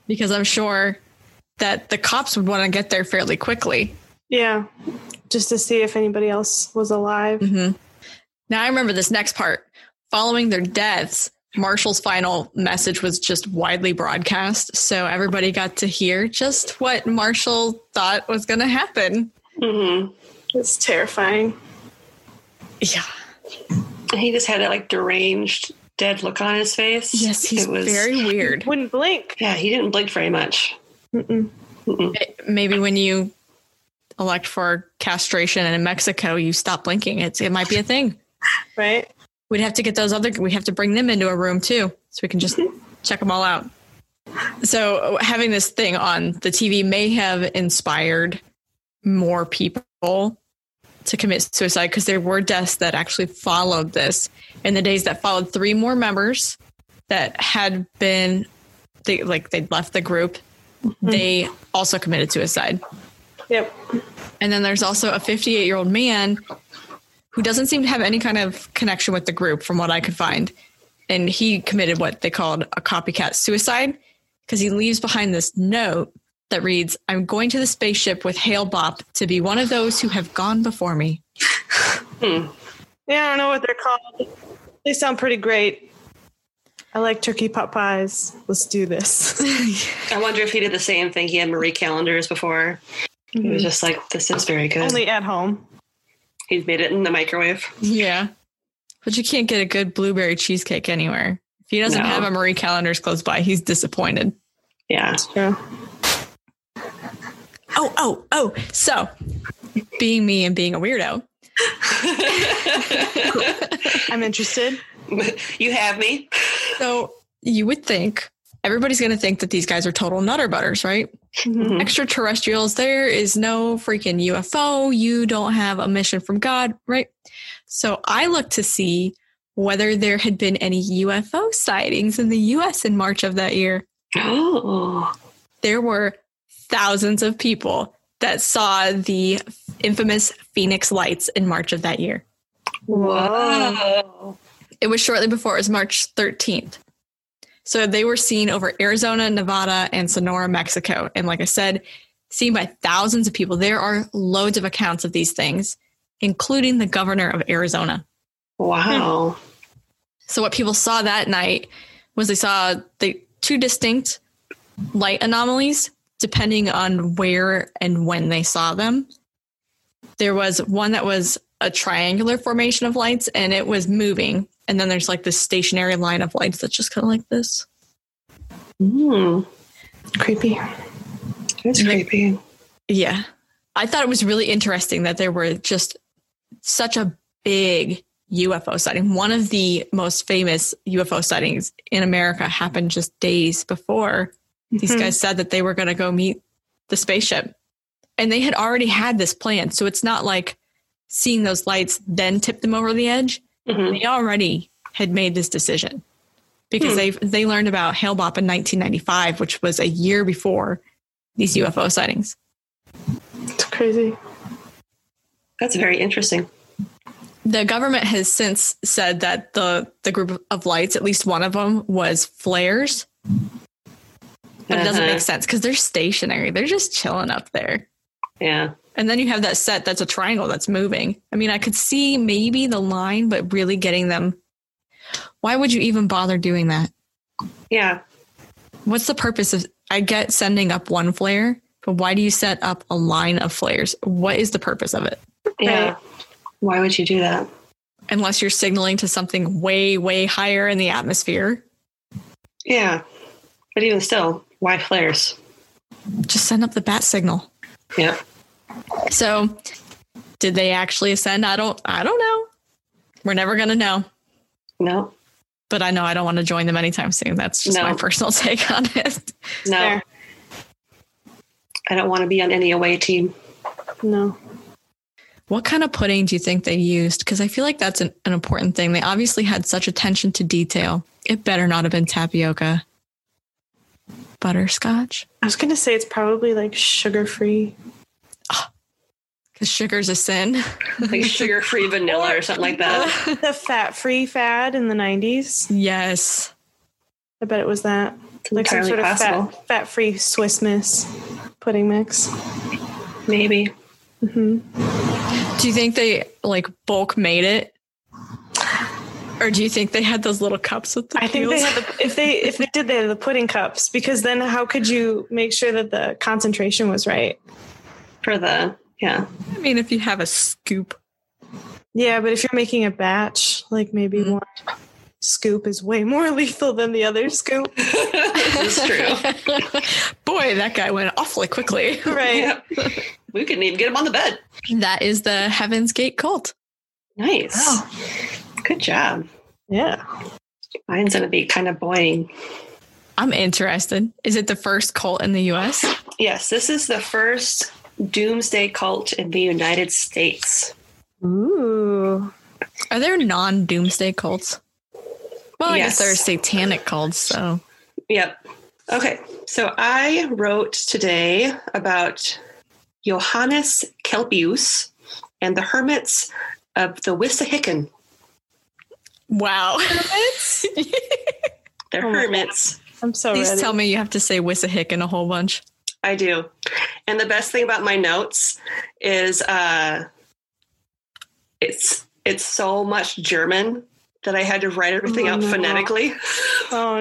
S5: because I'm sure that the cops would want to get there fairly quickly.
S4: Yeah, just to see if anybody else was alive.
S5: Mm-hmm. Now I remember this next part. Following their deaths, Marshall's final message was just widely broadcast, so everybody got to hear just what Marshall thought was going to happen.
S6: hmm
S4: It's terrifying.
S5: Yeah.
S6: He just had that like deranged, dead look on his face.
S5: Yes, he's very weird.
S4: Wouldn't blink.
S6: Yeah, he didn't blink very much.
S4: Mm-mm.
S5: Maybe when you elect for castration in Mexico, you stop blinking. It's it might be a thing.
S4: Right?
S5: We'd have to get those other. We have to bring them into a room too, so we can just check them all out. So having this thing on the TV may have inspired more people to commit suicide because there were deaths that actually followed this in the days that followed. Three more members that had been, they like they'd left the group. They also committed suicide.
S4: Yep.
S5: And then there's also a 58 year old man who doesn't seem to have any kind of connection with the group, from what I could find. And he committed what they called a copycat suicide because he leaves behind this note that reads I'm going to the spaceship with Hale Bop to be one of those who have gone before me.
S4: Yeah, I don't know what they're called. They sound pretty great. I like turkey pot pies. Let's do this.
S6: I wonder if he did the same thing. He had Marie calendars before. He
S5: Mm-hmm.
S6: was just like, "This is very good."
S4: Only at home.
S6: he made it in the microwave.
S5: Yeah. But you can't get a good blueberry cheesecake anywhere. If he doesn't
S6: No.
S5: have a Marie Callender's close by, he's disappointed.
S6: Yeah.
S4: Yeah.
S5: Oh, oh, oh. So, being me and being a weirdo,
S4: I'm interested.
S6: you have me.
S5: So you would think everybody's going to think that these guys are total nutter butters, right?
S4: Mhm.
S5: Extraterrestrials, there is no freaking UFO. You don't have a mission from God, right? So I looked to see whether there had been any UFO sightings in the US in March of that year.
S6: Oh.
S5: There were thousands of people that saw the infamous Phoenix lights in March of that year.
S6: Whoa.
S5: It was shortly before it was March 13th. So they were seen over Arizona, Nevada, and Sonora, Mexico. And like I said, seen by thousands of people. There are loads of accounts of these things, including the governor of Arizona.
S6: Wow.
S5: So what people saw that night was they saw the two distinct light anomalies depending on where and when they saw them. There was one that was a triangular formation of lights and it was moving. And then there's like this stationary line of lights that's just kind of like this.
S6: Hmm.
S4: Creepy.
S6: That's creepy.
S5: Yeah. I thought it was really interesting that there were just such a big UFO sighting. One of the most famous UFO sightings in America happened just days before these
S4: Mhm.
S5: guys said that they were going to go meet the spaceship. And they had already had this plan. So it's not like seeing those lights then tipped them over the edge,
S6: Mhm.
S5: they already had made this decision because they they learned about Hale Bop in 1995, which was a year before these UFO sightings.
S4: It's crazy.
S6: That's very interesting.
S5: The government has since said that the the group of lights, at least one of them, was flares, but it doesn't
S6: Uh-huh.
S5: make sense because they're stationary; they're just chilling up there.
S6: Yeah.
S5: And then you have that set that's a triangle that's moving. I mean, I could see maybe the line, but really getting them. Why would you even bother doing that?
S6: Yeah.
S5: What's the purpose of? I get sending up one flare, but why do you set up a line of flares? What is the purpose of it?
S6: Yeah.
S4: Right.
S6: Why would you do that?
S5: Unless you're signaling to something way, way higher in the atmosphere,
S6: Yeah. But even still, why flares?
S5: just send up the bat signal.
S6: Yeah.
S5: So, did they actually ascend? I don't. I don't know. We're never gonna know.
S6: No.
S5: But I know I don't want to join them anytime soon. That's just
S6: No.
S5: my personal take on it.
S6: No.
S4: Fair.
S6: I don't want to be on any away team.
S4: No.
S5: What kind of pudding do you think they used? Because I feel like that's an, an important thing. They obviously had such attention to detail. It better not have been tapioca. Butterscotch?
S4: I was gonna say it's probably like sugar free.
S5: Because sugar's a sin.
S6: Like sugar free vanilla or something like that.
S4: The fat free fad in the nineties.
S5: yes.
S4: I bet it was that.
S6: It's
S4: Like some
S6: entirely
S4: sort of
S6: possible.
S4: fat fat free Swiss miss pudding mix.
S6: Maybe.
S4: hmm
S5: Do you think they like bulk made it? Or do you think they had those little cups with the
S4: I think
S5: peels?
S4: they had the if they if they did they had the pudding cups because then how could you make sure that the concentration was right?
S6: For the, yeah.
S5: I mean, if you have a scoop.
S4: Yeah, but if you're making a batch, like maybe
S5: Mhm.
S4: one scoop is way more lethal than the other scoop.
S6: It's true.
S5: Boy, that guy went awfully quickly.
S4: Right.
S6: Yeah. We couldn't even get him on the bed.
S5: That is the Heaven's Gate cult.
S6: Nice. Good job.
S4: Yeah.
S6: Mine's going to be kind of boring.
S5: I'm interested. Is it the first cult in the US?
S6: Yes, this is the first doomsday cult in the United States.
S4: Ooh.
S5: Are there non doomsday cults? Well, I
S6: Yes.
S5: guess there are satanic cults, so
S6: Yep. Okay. So I wrote today about Johannes Kelpius and the hermits of the Wissahickon.
S5: wow.
S6: They're
S4: Oh my God.
S6: hermits.
S4: I'm so
S5: Please
S4: ready.
S5: tell me you have to say Wissahickon a whole bunch.
S6: I do. And the best thing about my notes is uh it's it's so much German that I had to write everything
S4: Oh,
S6: out
S4: no.
S6: phonetically
S4: oh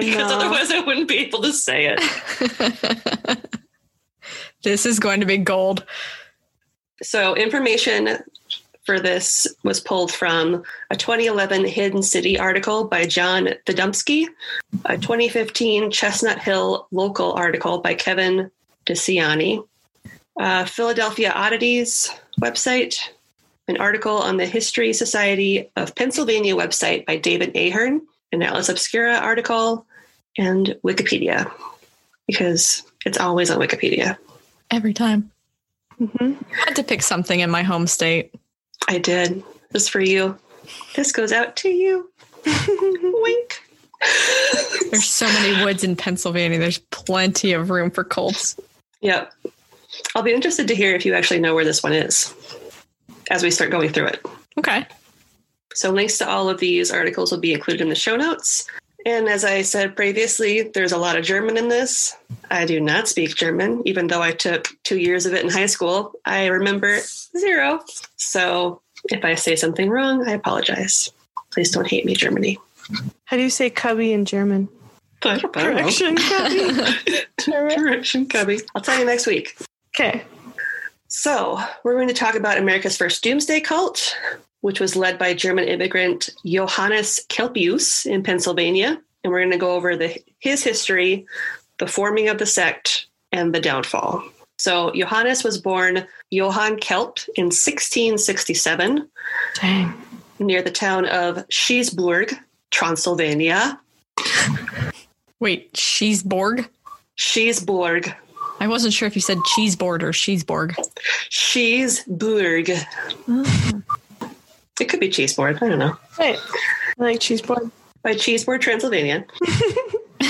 S6: because
S4: no.
S6: otherwise I wouldn't be able to say it.
S5: this is going to be gold.
S6: So, information for this was pulled from a 2011 Hidden City article by John Thedumsky, a 2015 Chestnut Hill local article by Kevin DeCiani, uh, Philadelphia Oddities website, an article on the History Society of Pennsylvania website by David Ahern, an Atlas Obscura article, and Wikipedia, because it's always on Wikipedia.
S5: Every time.
S4: Mhm.
S5: I had to pick something in my home state.
S6: I did. This for you. This goes out to you. Wink.
S5: There's so many woods in Pennsylvania. There's plenty of room for cults.
S6: Yep. I'll be interested to hear if you actually know where this one is as we start going through it.
S5: Okay.
S6: So, links to all of these articles will be included in the show notes. And as I said previously, there's a lot of German in this. I do not speak German, even though I took two years of it in high school. I remember zero. So, if I say something wrong, I apologize. Please don't hate me, Germany.
S4: How do you say cubby in German?
S6: I don't know.
S4: Correction cubby. German.
S6: Correction, Cubby. I'll tell you next week.
S4: Okay.
S6: So, we're going to talk about America's first doomsday cult, which was led by German immigrant Johannes Kelpius in Pennsylvania. And we're going to go over the, his history, the forming of the sect, and the downfall. So, Johannes was born Johann Kelp in 1667
S4: Dang.
S6: near the town of Schiesburg, Transylvania.
S5: Wait, Sheesborg?
S6: Schiesburg.
S5: I wasn't sure if you said cheeseboard or Sheesborg.
S6: Schiesburg. It could be cheese board. I don't know.
S4: Right. I like cheese board.
S6: By Cheese Board Transylvania,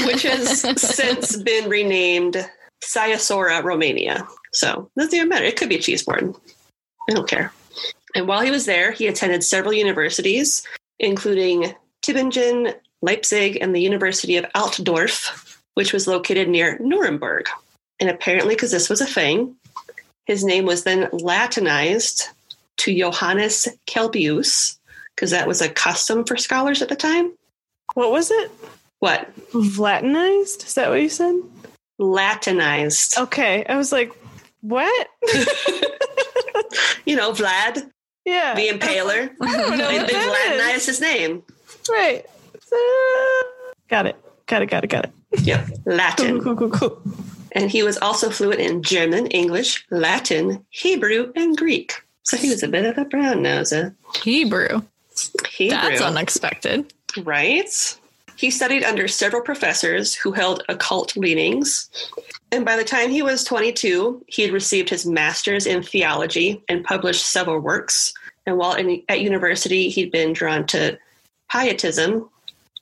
S6: which has since been renamed Sayasora Romania. So doesn't even matter. It could be cheese board. I don't care. And while he was there, he attended several universities, including Tübingen, Leipzig, and the University of Altdorf, which was located near Nuremberg. And apparently, because this was a thing, his name was then Latinized to Johannes Kelbius, because that was a custom for scholars at the time.
S4: What was it?
S6: What?
S4: Latinized? Is that what you said?
S6: Latinized.
S4: Okay. I was like, what?
S6: You know, Vlad,
S4: yeah.
S6: the Impaler.
S4: I don't know
S6: They,
S4: what
S6: they
S4: that is.
S6: Latinized his name.
S4: Right. So- got it. Got it. Got it. Got it.
S6: Yep,
S4: Cool,
S6: Latin.
S4: cool, cool, cool. cool.
S6: And he was also fluent in German, English, Latin, Hebrew, and Greek. So he was a bit of a brown noser.
S5: Hebrew.
S6: Hebrew.
S5: That's unexpected.
S6: Right? He studied under several professors who held occult leanings. And by the time he was 22, he had received his master's in theology and published several works. And while in, at university, he'd been drawn to Pietism,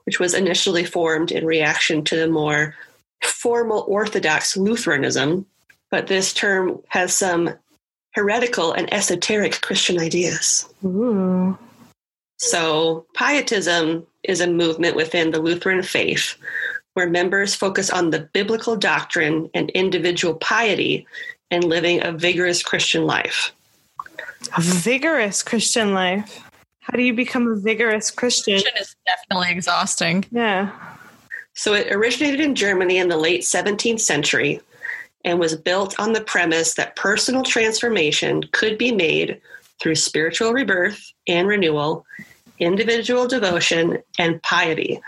S6: which was initially formed in reaction to the more formal Orthodox Lutheranism. But this term has some heretical and esoteric Christian ideas.
S4: Ooh.
S6: So, Pietism is a movement within the Lutheran faith where members focus on the biblical doctrine and individual piety and living a vigorous Christian life.
S4: A vigorous Christian life. How do you become a vigorous Christian?
S5: Christian is definitely exhausting.
S4: Yeah.
S6: So, it originated in Germany in the late 17th century and was built on the premise that personal transformation could be made through spiritual rebirth and renewal, individual devotion, and piety.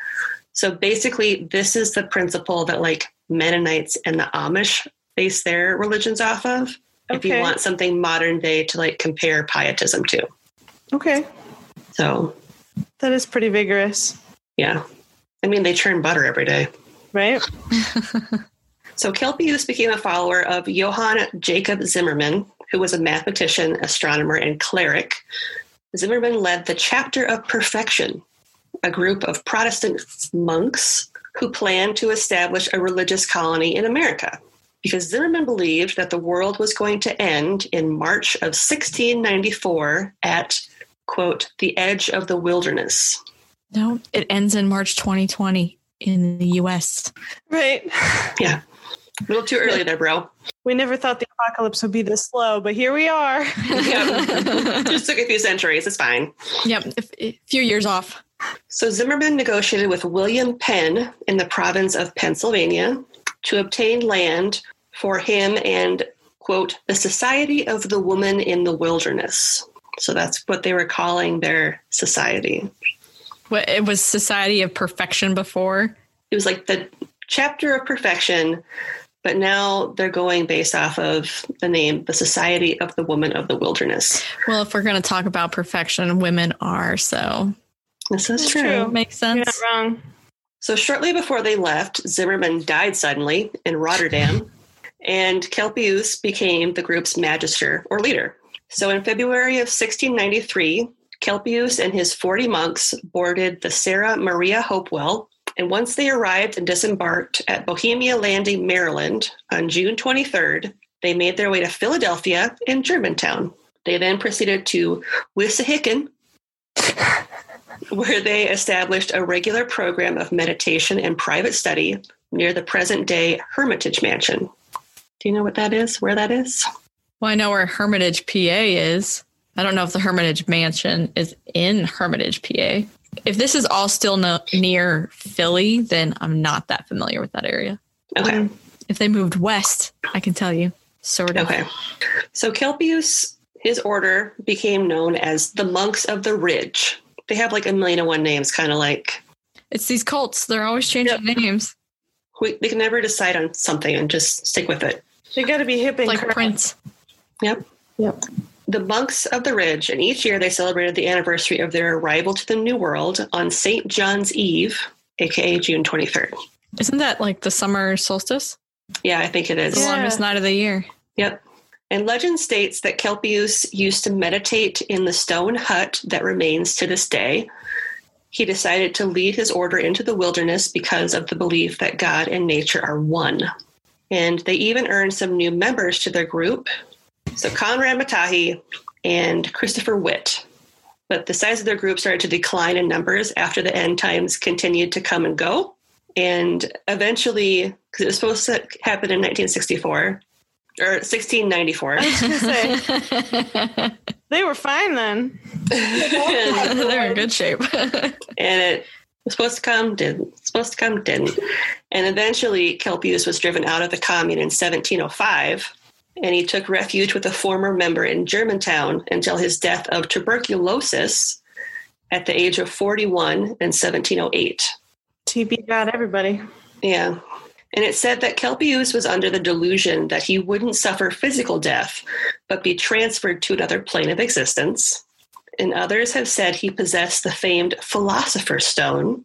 S6: So basically, this is the principle that like Mennonites and the Amish base their religions off of. If you
S4: Okay.
S6: want something modern day to like compare pietism to.
S4: Okay.
S6: So,
S4: That is pretty vigorous,
S6: yeah. I mean, they churn butter every day.
S4: right?
S6: So Kelpius became a follower of Johann Jacob Zimmerman, who was a mathematician, astronomer, and cleric. Zimmerman led the Chapter of Perfection, a group of Protestant monks who planned to establish a religious colony in America. Because Zimmerman believed that the world was going to end in March of 1694 at, quote, the edge of the wilderness.
S5: No, it ends in March 2020 in the US.
S4: Right.
S6: A little too early there, bro.
S4: We never thought the apocalypse would be this slow, but here we are.
S5: yep.
S6: Just took a few centuries. It's fine.
S5: A few years off.
S6: So Zimmerman negotiated with William Penn in the province of Pennsylvania to obtain land for him and, quote, the Society of the Woman in the Wilderness. So that's what they were calling their society.
S5: What- It was Society of Perfection before.
S6: It was like the chapter of perfection, but now they're going based off of the name, the Society of the Woman of the Wilderness.
S5: Well, if we're going to talk about perfection, women are. So
S6: This is
S4: That's
S6: true.
S4: true.
S5: makes
S4: You're
S5: sense.
S4: not wrong.
S6: So shortly before they left, Zimmerman died suddenly in Rotterdam, and Kelpius became the group's magister or leader. So in February of 1693, Kelpius and his 40 monks boarded the Sarah Maria Hopewell, and once they arrived and disembarked at Bohemia Landing, Maryland on June 23rd, they made their way to Philadelphia and Germantown. They then proceeded to Wissahickon, where they established a regular program of meditation and private study near the present day Hermitage Mansion. Do you know what that is? Where that is?
S5: Well, I know where Hermitage, PA is. I don't know if the Hermitage Mansion is in Hermitage, PA. If this is all still no- near Philly, then I'm not that familiar with that area.
S6: Okay.
S5: If they moved west, I can tell you, sort of.
S6: Okay. So Kelpius, his order became known as the Monks of the Ridge. They have like a million and one names, kind of like
S5: It's these cults; they're always changing names,
S6: we, they can never decide on something and just stick with it.
S4: They got to be hip and
S5: like
S4: current.
S5: Prince.
S6: The Monks of the Ridge, and each year they celebrated the anniversary of their arrival to the New World on St. John's Eve, aka June 23rd.
S5: Isn't that like the summer solstice?
S6: Yeah, I think it
S5: It's
S6: is.
S5: the longest night of the year.
S6: Yep. And legend states that Kelpius used to meditate in the stone hut that remains to this day. He decided to lead his order into the wilderness because of the belief that God and nature are one. And they even earned some new members to their group. So Conrad Matahi and Christopher Witt. But the size of their group started to decline in numbers after the end times continued to come and go. And eventually, because it was supposed to happen in 1964 or 1694.
S4: I was gonna say they were fine then.
S6: and,
S5: They're in good shape.
S6: and it was supposed to come, didn't. Supposed to come, didn't. And eventually, Kelpius was driven out of the commune in 1705, and he took refuge with a former member in Germantown until his death of tuberculosis at the age of 41 in 1708.
S4: TB got everybody.
S6: Yeah. And it said that Kelpius was under the delusion that he wouldn't suffer physical death, but be transferred to another plane of existence. And others have said he possessed the famed Philosopher's Stone.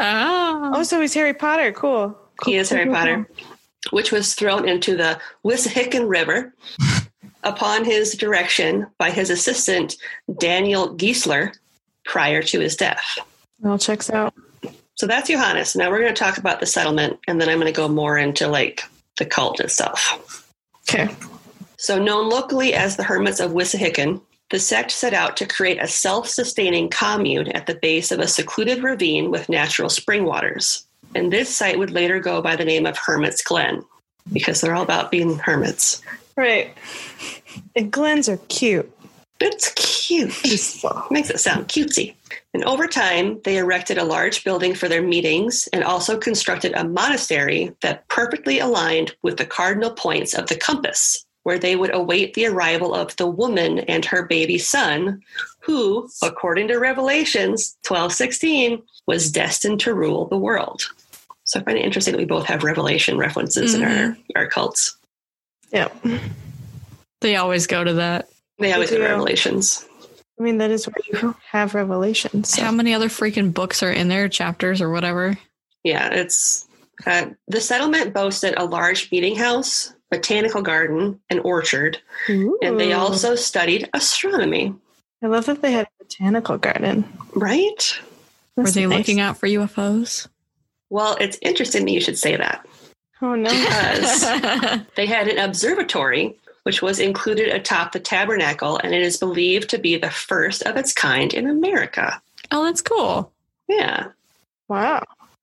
S5: oh.
S4: Oh, so he's Harry Potter. Cool.
S6: He is Harry
S4: cool,
S6: Potter, which was thrown into the Wissahickon River upon his direction by his assistant, Daniel Giesler, prior to his death.
S4: It all checks out.
S6: So that's Johannes. Now we're going to talk about the settlement, and then I'm going to go more into like the cult itself.
S4: Okay.
S6: So, known locally as the Hermits of Wissahickon, the sect set out to create a self sustaining commune at the base of a secluded ravine with natural spring waters. And this site would later go by the name of Hermit's Glen because they're all about being hermits.
S4: Right. And Glens are cute.
S6: It's cute. Makes it sound cutesy. And over time, they erected a large building for their meetings and also constructed a monastery that perfectly aligned with the cardinal points of the compass, where they would await the arrival of the woman and her baby son, who, according to Revelations 12:16, was destined to rule the world. So I find it interesting that we both have Revelation references in our, our cults.
S4: Yep.
S5: They always go to that.
S6: They always have
S4: do.
S6: Revelations.
S4: I mean, that is where you have revelations.
S5: How many other freaking books are in there, chapters or whatever?
S6: Yeah, it's uh, the settlement boasted a large meeting house, botanical garden, and orchard, and they
S4: Ooh.
S6: also studied astronomy.
S4: I love that they had a botanical garden.
S6: Right?
S5: Were
S4: That's
S5: they
S4: nice.
S5: looking out for UFOs?
S6: Well, it's interesting that you should say that
S4: Oh no.
S6: because they had an observatory which was included atop the tabernacle, and it is believed to be the first of its kind in America.
S5: oh, that's cool.
S6: Yeah.
S4: wow.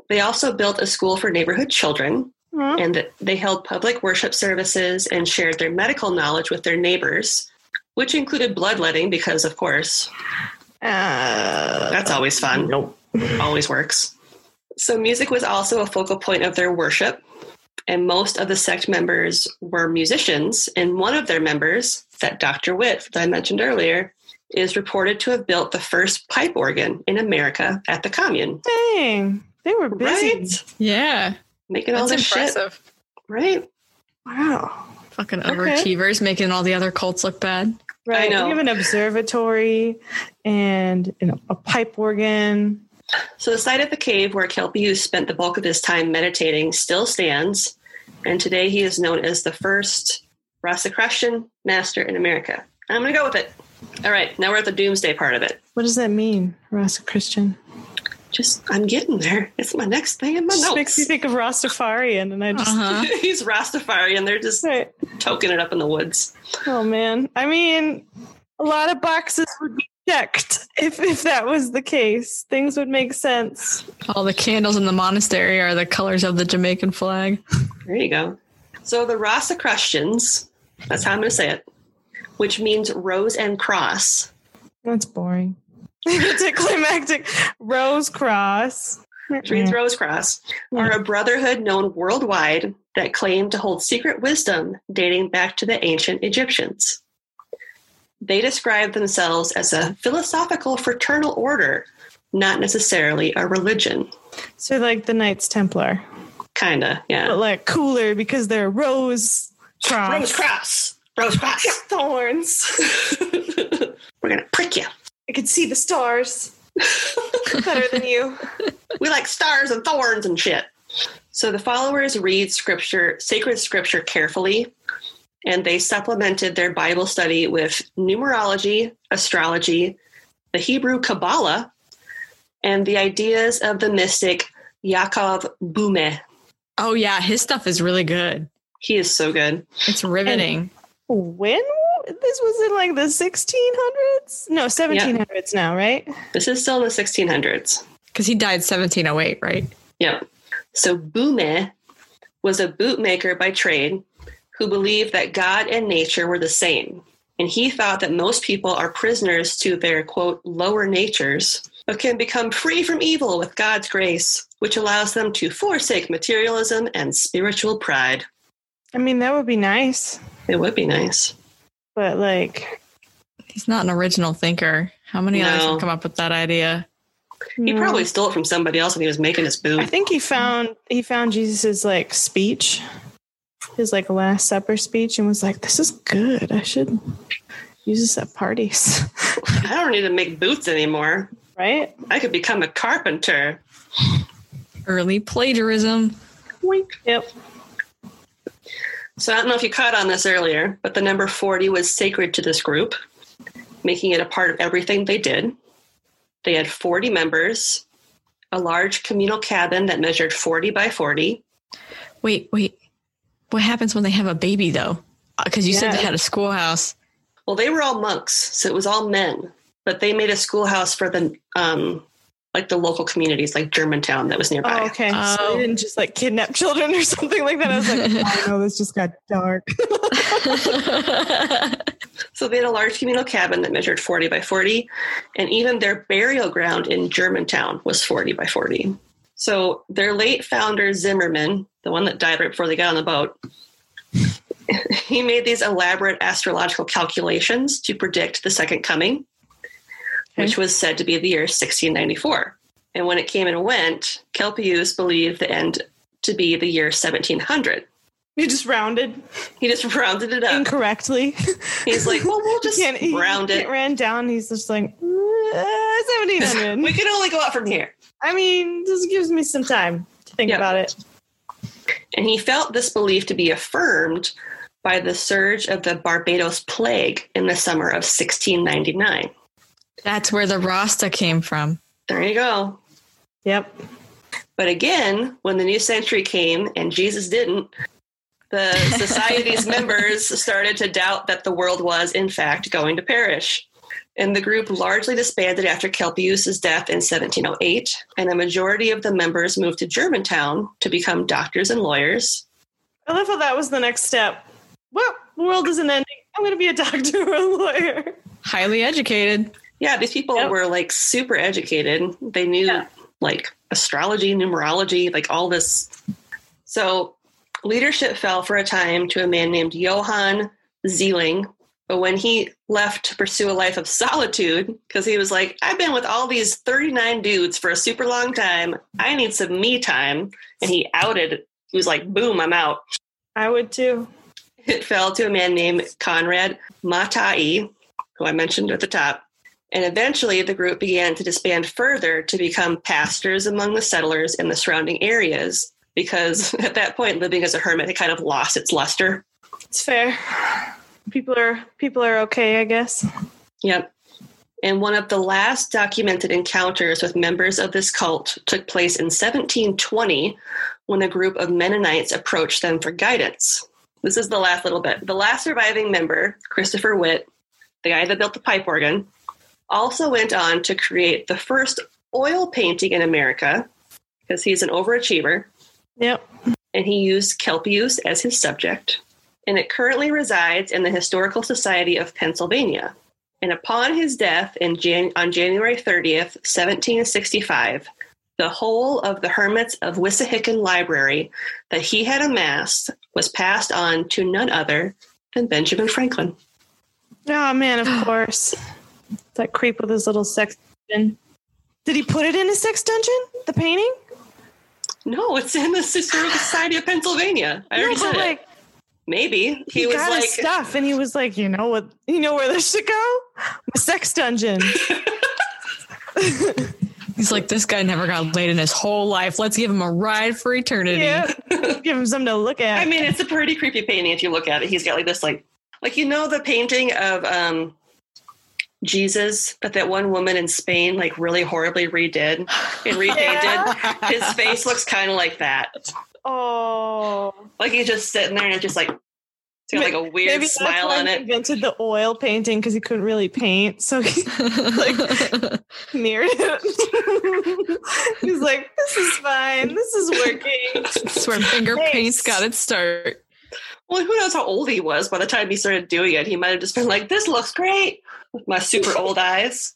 S6: They also built a school for neighborhood children,
S4: Aw.
S6: and that they held public worship services and shared their medical knowledge with their neighbors, which included bloodletting because, of course,
S4: Uh,
S6: that's always fun. Nope. always works. So, music was also a focal point of their worship, and most of the sect members were musicians, and one of their members, that Dr. Witt that I mentioned earlier, is reported to have built the first pipe organ in America at the commune.
S4: dang. They were busy.
S6: Right?
S5: Yeah.
S6: Making all
S5: That's
S6: this shit.
S5: impressive.
S6: Right?
S4: Wow.
S5: Fucking
S4: Okay.
S5: overachievers making all the other cults look bad.
S4: Right.
S6: know.
S4: We have an observatory and you know, a pipe organ.
S6: So the site of the cave where Kelpius spent the bulk of his time meditating still stands, and today he is known as the first Rosicrucian master in America. I'm going to go with it. All right, now we're at the doomsday part of it.
S4: What does that mean, Rasta Christian?
S6: Just, I'm getting there. It's my next thing in my
S4: Just makes me
S6: notes.
S4: think of Rastafarian, and I just
S5: Uh-huh.
S6: He's Rastafari, and they're just
S4: right.
S6: toking it up in the woods.
S4: Oh man, I mean, a lot of boxes would be checked if if that was the case. Things would make sense.
S5: All the candles in the monastery are the colors of the Jamaican flag.
S6: There you go. So the Rosicrucians, that's how I'm going to say it, which means rose and cross.
S4: That's boring. it's a climactic rose cross.
S6: which
S4: Mm.
S6: means Rose Cross, are a brotherhood known worldwide that claim to hold secret wisdom dating back to the ancient Egyptians. They describe themselves as a philosophical fraternal order, not necessarily a religion.
S4: So like the Knights Templar,
S6: Kinda, yeah.
S4: but like cooler because they're rose cross
S6: Rose Cross! Rose Cross!
S4: thorns.
S6: We're gonna prick you.
S4: I could see the stars better than you.
S6: We like stars and thorns and shit. So the followers read scripture, sacred scripture carefully, and they supplemented their Bible study with numerology, astrology, the Hebrew Kabbalah, and the ideas of the mystic Yaakov Bume.
S5: Oh yeah, his stuff is really good.
S6: He is so good.
S5: It's riveting.
S4: When this was in like the 1600s? No, 1700s now, right?
S6: This is still in the 1600s.
S5: Because he died 1708, right?
S6: Yep. So Bume was a bootmaker by trade who believed that God and nature were the same. And he thought that most people are prisoners to their, quote, lower natures, but can become free from evil with God's grace, which allows them to forsake materialism and spiritual pride.
S4: I mean, that would be nice,
S6: It would be nice.
S4: but like,
S5: He's not an original thinker. How many others
S6: No.
S5: have come up with that idea?
S6: He
S4: no.
S6: probably stole it from somebody else when he was making his
S4: I
S6: boot.
S4: think he found he found Jesus's like speech, his like Last Supper speech, and was like, "This is good. I should use this at parties,
S6: I don't need to make boots anymore.
S4: right?"
S6: I could become a carpenter.
S5: Early plagiarism.
S6: Wink.
S4: Yep.
S6: So I don't know if you caught on this earlier, but the number 40 was sacred to this group, making it a part of everything they did. They had 40 members, a large communal cabin that measured 40 by 40.
S5: Wait, wait. What happens when they have a baby though? Because you said
S4: Yeah.
S5: they had a schoolhouse.
S6: Well, they were all monks, so it was all men, but they made a schoolhouse for the um like the local communities like Germantown that was nearby.
S4: Oh, okay. So
S5: Oh.
S6: Um,
S4: they didn't just like kidnap children or something like that. I was like, "Oh no, this just got dark."
S6: So they had a large communal cabin that measured 40 by 40, and even their burial ground in Germantown was 40 by 40. So their late founder, Zimmerman, the one that died right before they got on the boat, he made these elaborate astrological calculations to predict the second coming, which was said to be the year 1694. And when it came and went, Kelpius believed the end to be the year 1700.
S4: You just rounded
S6: He just rounded it up.
S4: incorrectly.
S6: He's like, well, we'll just
S4: Can't- e- he
S6: round it.
S4: can't ran down. He's just like "Uh, seventeen
S6: we
S4: hundred.
S6: can only go up from here.
S4: I mean, this gives me some time to think
S6: Yeah.
S4: about it.
S6: And he felt this belief to be affirmed by the surge of the Barbados plague in the summer of 1699.
S5: That's where the Rasta came from.
S6: There you go.
S4: Yep.
S6: But again, when the new century came and Jesus didn't, the society's members started to doubt that the world was, in fact, going to perish. And the group largely disbanded after Kelpius's death in 1708, and a majority of the members moved to Germantown to become doctors and lawyers.
S4: I love how that was the next step. Well, the world isn't ending. I'm going to be a doctor or a lawyer.
S5: Highly educated.
S6: Yeah, these people
S4: Yep.
S6: were like super educated. They knew
S4: Yeah.
S6: like astrology, numerology, like all this. So leadership fell for a time to a man named Johann Zeeling. But when he left to pursue a life of solitude, because he was like, I've been with all these 39 dudes for a super long time. I need some me time. And he outed, he was like, boom, I'm out.
S4: I would too.
S6: It fell to a man named Conrad Matai, who I mentioned at the top. And eventually the group began to disband further to become pastors among the settlers in the surrounding areas because at that point living as a hermit had kind of lost its luster.
S4: It's fair. People are people are okay, I guess.
S6: Yep. And one of the last documented encounters with members of this cult took place in 1720 when a group of Mennonites approached them for guidance. This is the last little bit. The last surviving member, Christopher Witt, the guy that built the pipe organ, also went on to create the first oil painting in America because he's an overachiever
S4: Yep.
S6: and he used Kelpius as his subject. And it currently resides in the Historical Society of Pennsylvania. And upon his death in Jan- on January 30th, 1765, the whole of the Hermits of Wissahickon Library that he had amassed was passed on to none other than Benjamin Franklin.
S4: Oh man, of course. That creep with his little sex dungeon. Did he put it in a sex dungeon? The painting?
S6: No, it's in the Historical Society of Pennsylvania. I already
S4: No,
S6: said
S4: but,
S6: it. Maybe
S4: he,
S6: he, was
S4: got
S6: like,
S4: his stuff and he was like, you know what you know where this should go? My sex dungeon.
S5: He's like, this guy never got laid in his whole life. Let's give him a ride for eternity.
S4: Give him something to look at.
S6: I mean, it's a pretty creepy painting if you look at it. He's got like this, like, like you know, the painting of um, Jesus that that one woman in Spain like really horribly redid and repainted.
S4: Yeah.
S6: His face looks kind of like that.
S4: oh,
S6: Like he's just sitting there and it's just like it's got like a weird
S4: maybe that's
S6: smile
S4: why
S6: on
S4: he
S6: it.
S4: invented the oil painting because he couldn't really paint, so he mirrored it. He's like, "This is fine. This is working."
S5: That's where finger
S4: Thanks.
S5: paint's got its start.
S6: Well, who knows how old he was by the time he started doing it? He might have just been like, "This looks great." With my super old eyes,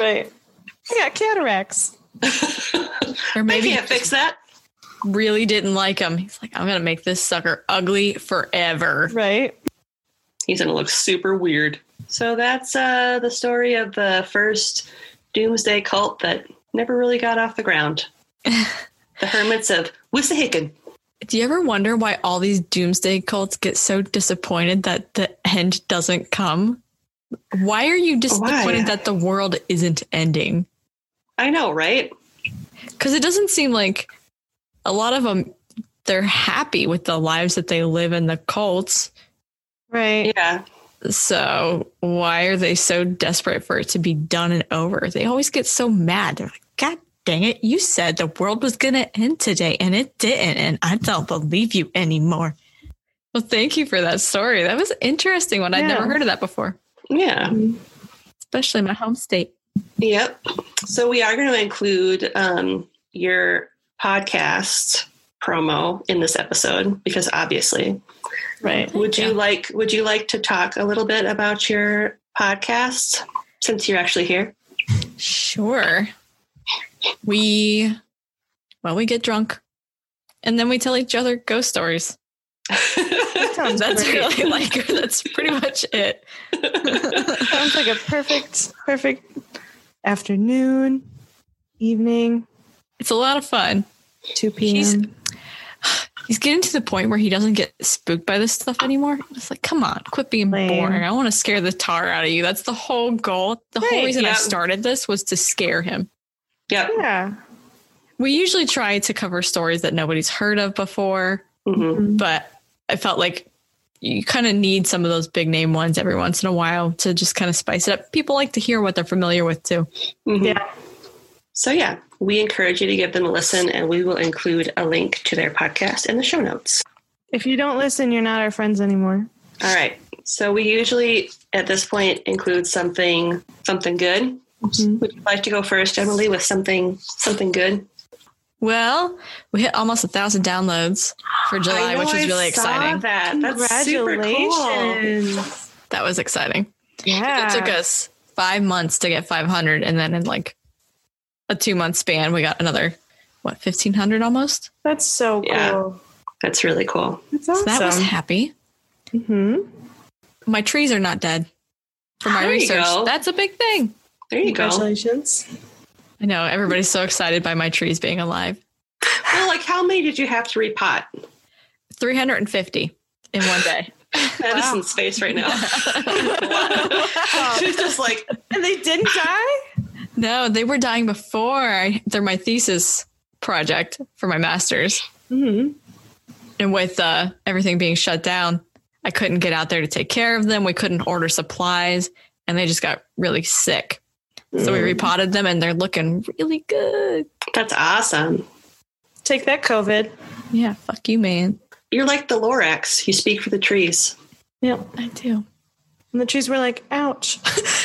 S4: Right? I got cataracts.
S6: maybe
S5: Or maybe
S6: I can't fix that.
S5: really didn't like him. He's like, I'm gonna make this sucker ugly forever.
S4: Right?
S6: He's gonna look super weird. So that's uh, the story of the first doomsday cult that never really got off the ground. the Hermits of Wissahickon.
S5: Do you ever wonder why all these doomsday cults get so disappointed that the end doesn't come? Why are you disappointed that the world isn't ending?
S6: I know, right?
S5: Because it doesn't seem like a lot of them they're happy with the lives that they live in the cults.
S4: Right?
S6: Yeah,
S5: So why are they so desperate for it to be done and over? They always get so mad. They're like, God dang it, you said the world was gonna end today and it didn't, and I don't believe you anymore. Well, thank you for that story. That was interesting one. I'd
S4: Yeah.
S5: never heard of that before,
S6: yeah.
S5: especially in my home state.
S6: Yep. So we are going to include um, your podcast promo in this episode because obviously,
S4: Right.
S6: would you
S5: Yeah.
S6: like would you like to talk a little bit about your podcast since you're actually here?
S5: Sure. We well, we get drunk. And then we tell each other ghost stories.
S4: Sounds
S5: That's
S4: great.
S5: really like that's pretty much it.
S4: Sounds like a perfect, perfect afternoon, evening,
S5: It's a lot of fun.
S4: 2 p.m.
S5: He's- He's getting to the point where he doesn't get spooked by this stuff anymore. It's like, come on, quit being
S4: Lame.
S5: boring. I want to scare the tar out of you. That's the whole goal. The whole
S4: Right,
S5: reason I
S6: yeah.
S5: started this was to scare him.
S6: yep.
S4: yeah.
S5: We usually try to cover stories that nobody's heard of before,
S6: hmm
S5: but I felt like you kind of need some of those big name ones every once in a while to just kind of spice it up. People like to hear what they're familiar with too. Mm-hmm.
S6: Mhm.
S4: Yeah.
S6: So yeah, we encourage you to give them a listen, and we will include a link to their podcast in the show notes.
S4: If you don't listen, you're not our friends anymore.
S6: All right. So we usually at this point include something something good.
S4: Mm-hmm.
S6: Would you like to go first, Emily, with something something good?
S5: Well, we hit almost a thousand downloads for July,
S6: I know
S5: which is
S6: I
S5: really
S6: saw
S5: exciting.
S6: That that's super cool.
S5: That was exciting.
S4: Yeah.
S5: It took us five months to get 500, and then in like a two month span, we got another what 1500 almost.
S4: That's so cool.
S6: Yeah. That's really cool.
S4: That's
S5: So
S4: awesome.
S5: that was happy.
S4: Mhm.
S5: My trees are not dead from my
S6: There you
S5: research.
S6: go.
S5: That's a big thing.
S6: There you go.
S4: Congratulations.
S5: I know everybody's so excited by my trees being alive.
S6: Well, like how many did you have to repot?
S5: 350 in one day.
S6: That is in space right now. Wow. She's just like
S4: And they didn't die?
S5: no, they were dying before. I, they're my thesis project for my master's.
S4: Mm-hmm.
S5: and with uh, everything being shut down, I couldn't get out there to take care of them. We couldn't order supplies, and they just got really sick. So we repotted them, and they're looking really good.
S6: that's awesome.
S4: Take that, COVID.
S5: Yeah, fuck you, man.
S6: You're like the Lorax. You speak for the trees.
S4: Yep.
S5: I do.
S4: And the trees were like, ouch.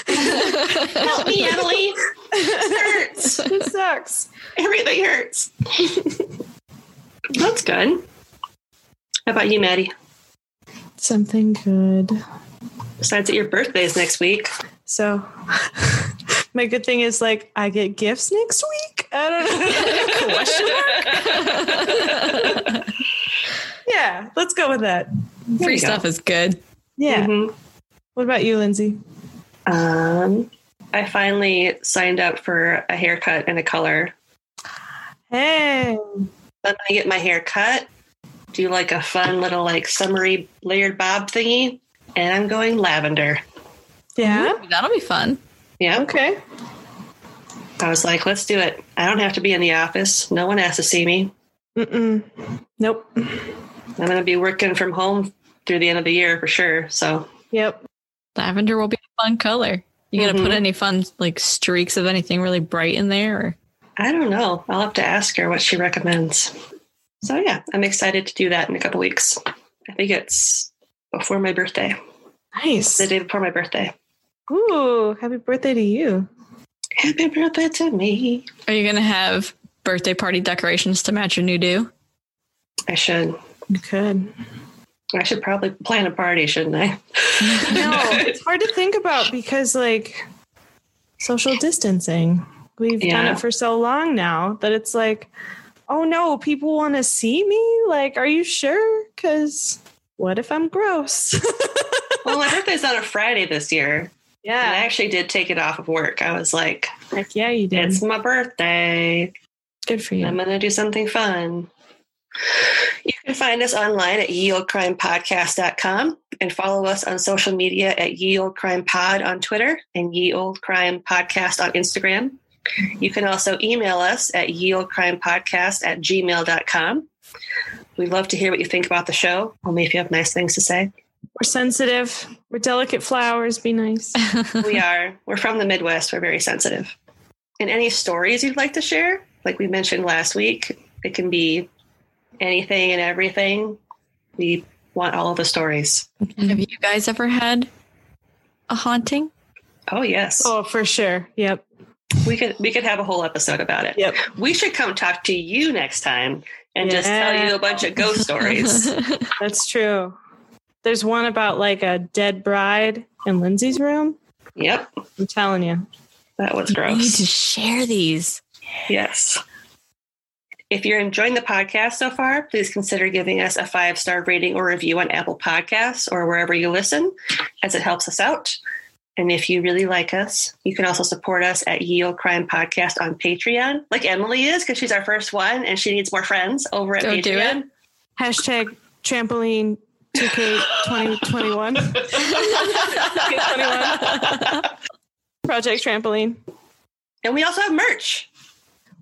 S6: Help me, Emily. This hurts.
S4: this sucks.
S6: Everything hurts. That's good. How about you, Maddie?
S4: Something good.
S6: Besides that your birthday is next week.
S4: So my good thing is like I get gifts next week. I don't know. Question yeah, let's go with that.
S5: Free
S6: you go.
S5: stuff is good.
S4: Yeah.
S6: Mhm.
S4: What about you, Lindsay?
S6: Um, I finally signed up for a haircut and a color.
S4: Hey.
S6: So I'm gonna get my hair cut, do like a fun little like summery layered bob thingy, and I'm going lavender.
S4: Yeah.
S5: That'll be fun.
S6: Yeah.
S4: Okay.
S6: I was like, let's do it. I don't have to be in the office. No one has to see me.
S4: Mm-mm. Nope.
S6: I'm going to be working from home through the end of the year for sure. So,
S4: Yep.
S5: Lavender will be a fun color. You gonna put
S6: Mhm.
S5: any fun like streaks of anything really bright in there? Or
S6: I don't know. I'll have to ask her what she recommends. So, yeah, I'm excited to do that in a couple weeks. I think it's before my birthday,
S4: Nice.
S6: the day before my birthday.
S4: Ooh, happy birthday to you.
S6: Happy birthday to me.
S5: are you gonna have birthday party decorations to match your new do?
S6: I should.
S4: You could.
S6: I should probably plan a party, shouldn't I?
S4: No, it's hard to think about because like social distancing. We've done
S6: Yeah.
S4: it for so long now that it's like, oh no, people want to see me? Like, are you sure? Cause what if I'm gross?
S6: well, my birthday's on a Friday this year, and I
S4: yeah.
S6: actually did take it off of work. I was like,
S4: Like, yeah, you did.
S6: it's my birthday.
S4: good for
S6: I'm
S4: you.
S6: going to do something fun. You can find us online at yeoldcrimepodcast.com and follow us on social media at yeoldcrimepod on Twitter and yeoldcrimepodcast on Instagram. You can also email us at yeoldcrimepodcast at gmail.com. We'd love to hear what you think about the show, only if you have nice things to say.
S4: We're sensitive. We're delicate flowers. Be nice.
S6: we are. We're from the Midwest. We're very sensitive. And any stories you'd like to share, like we mentioned last week, it can be anything and everything. We want all of the stories.
S5: have you guys ever had a haunting?
S6: Oh yes,
S4: Oh, for sure. Yep.
S6: we could we could have a whole episode about it.
S4: Yep.
S6: We should come talk to you next time and just tell
S4: Yeah.
S6: you a bunch of ghost stories.
S4: That's true. There's one about like a dead bride in Lindsay's room.
S6: Yep,
S4: I'm telling you.
S6: that was
S5: You need
S6: gross.
S5: to share these.
S6: Yes. If you're enjoying the podcast so far, please consider giving us a five star rating or review on Apple Podcasts or wherever you listen, as it helps us out. And if you really like us, you can also support us at Yield Crime Podcast on Patreon, like Emily is, because she's our first one and she needs more friends over at
S5: Go
S6: Patreon.
S5: do it.
S4: Hashtag trampoline 2K2021. 2K21. Project Trampoline.
S6: And we also have merch.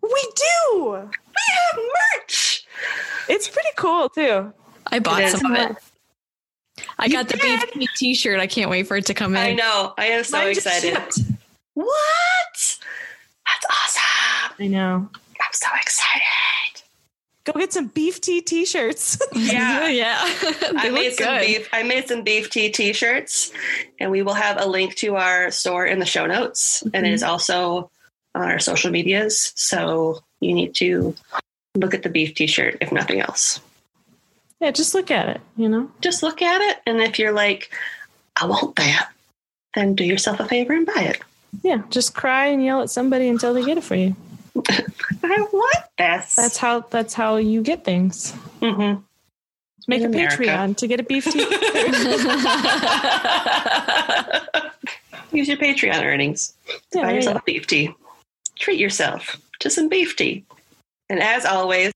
S4: We do.
S6: We have merch.
S4: It's pretty cool too.
S5: I bought
S6: is.
S5: some of it. I got the
S4: did?
S5: BP T-shirt. I can't wait for it to come in.
S6: I know. I am so
S4: Mine just
S6: excited.
S4: shipped.
S6: What? That's awesome.
S4: I know.
S6: I'm so excited.
S4: Go get some beef tea t-shirts.
S6: Yeah.
S5: yeah. They
S6: I
S5: look
S6: made some
S5: good.
S6: beef. I made some beef tea T-shirts, and we will have a link to our store in the show notes, and it is also on our social medias. So you need to look at the beef T-shirt, if nothing else.
S4: yeah, just look at it, you know?
S6: Just look at it, and if you're like, "I want that," then do yourself a favor and buy it.
S4: Yeah, just cry and yell at somebody until they get it for you.
S6: I want this.
S4: That's how that's how you get things.
S6: hmm
S4: Make
S6: In
S4: a
S6: America.
S4: Patreon to get a beef tea.
S6: Use your Patreon earnings. Buy
S4: Yeah, there you go.
S6: yourself a beef tea. Treat yourself to some beef tea. And as always,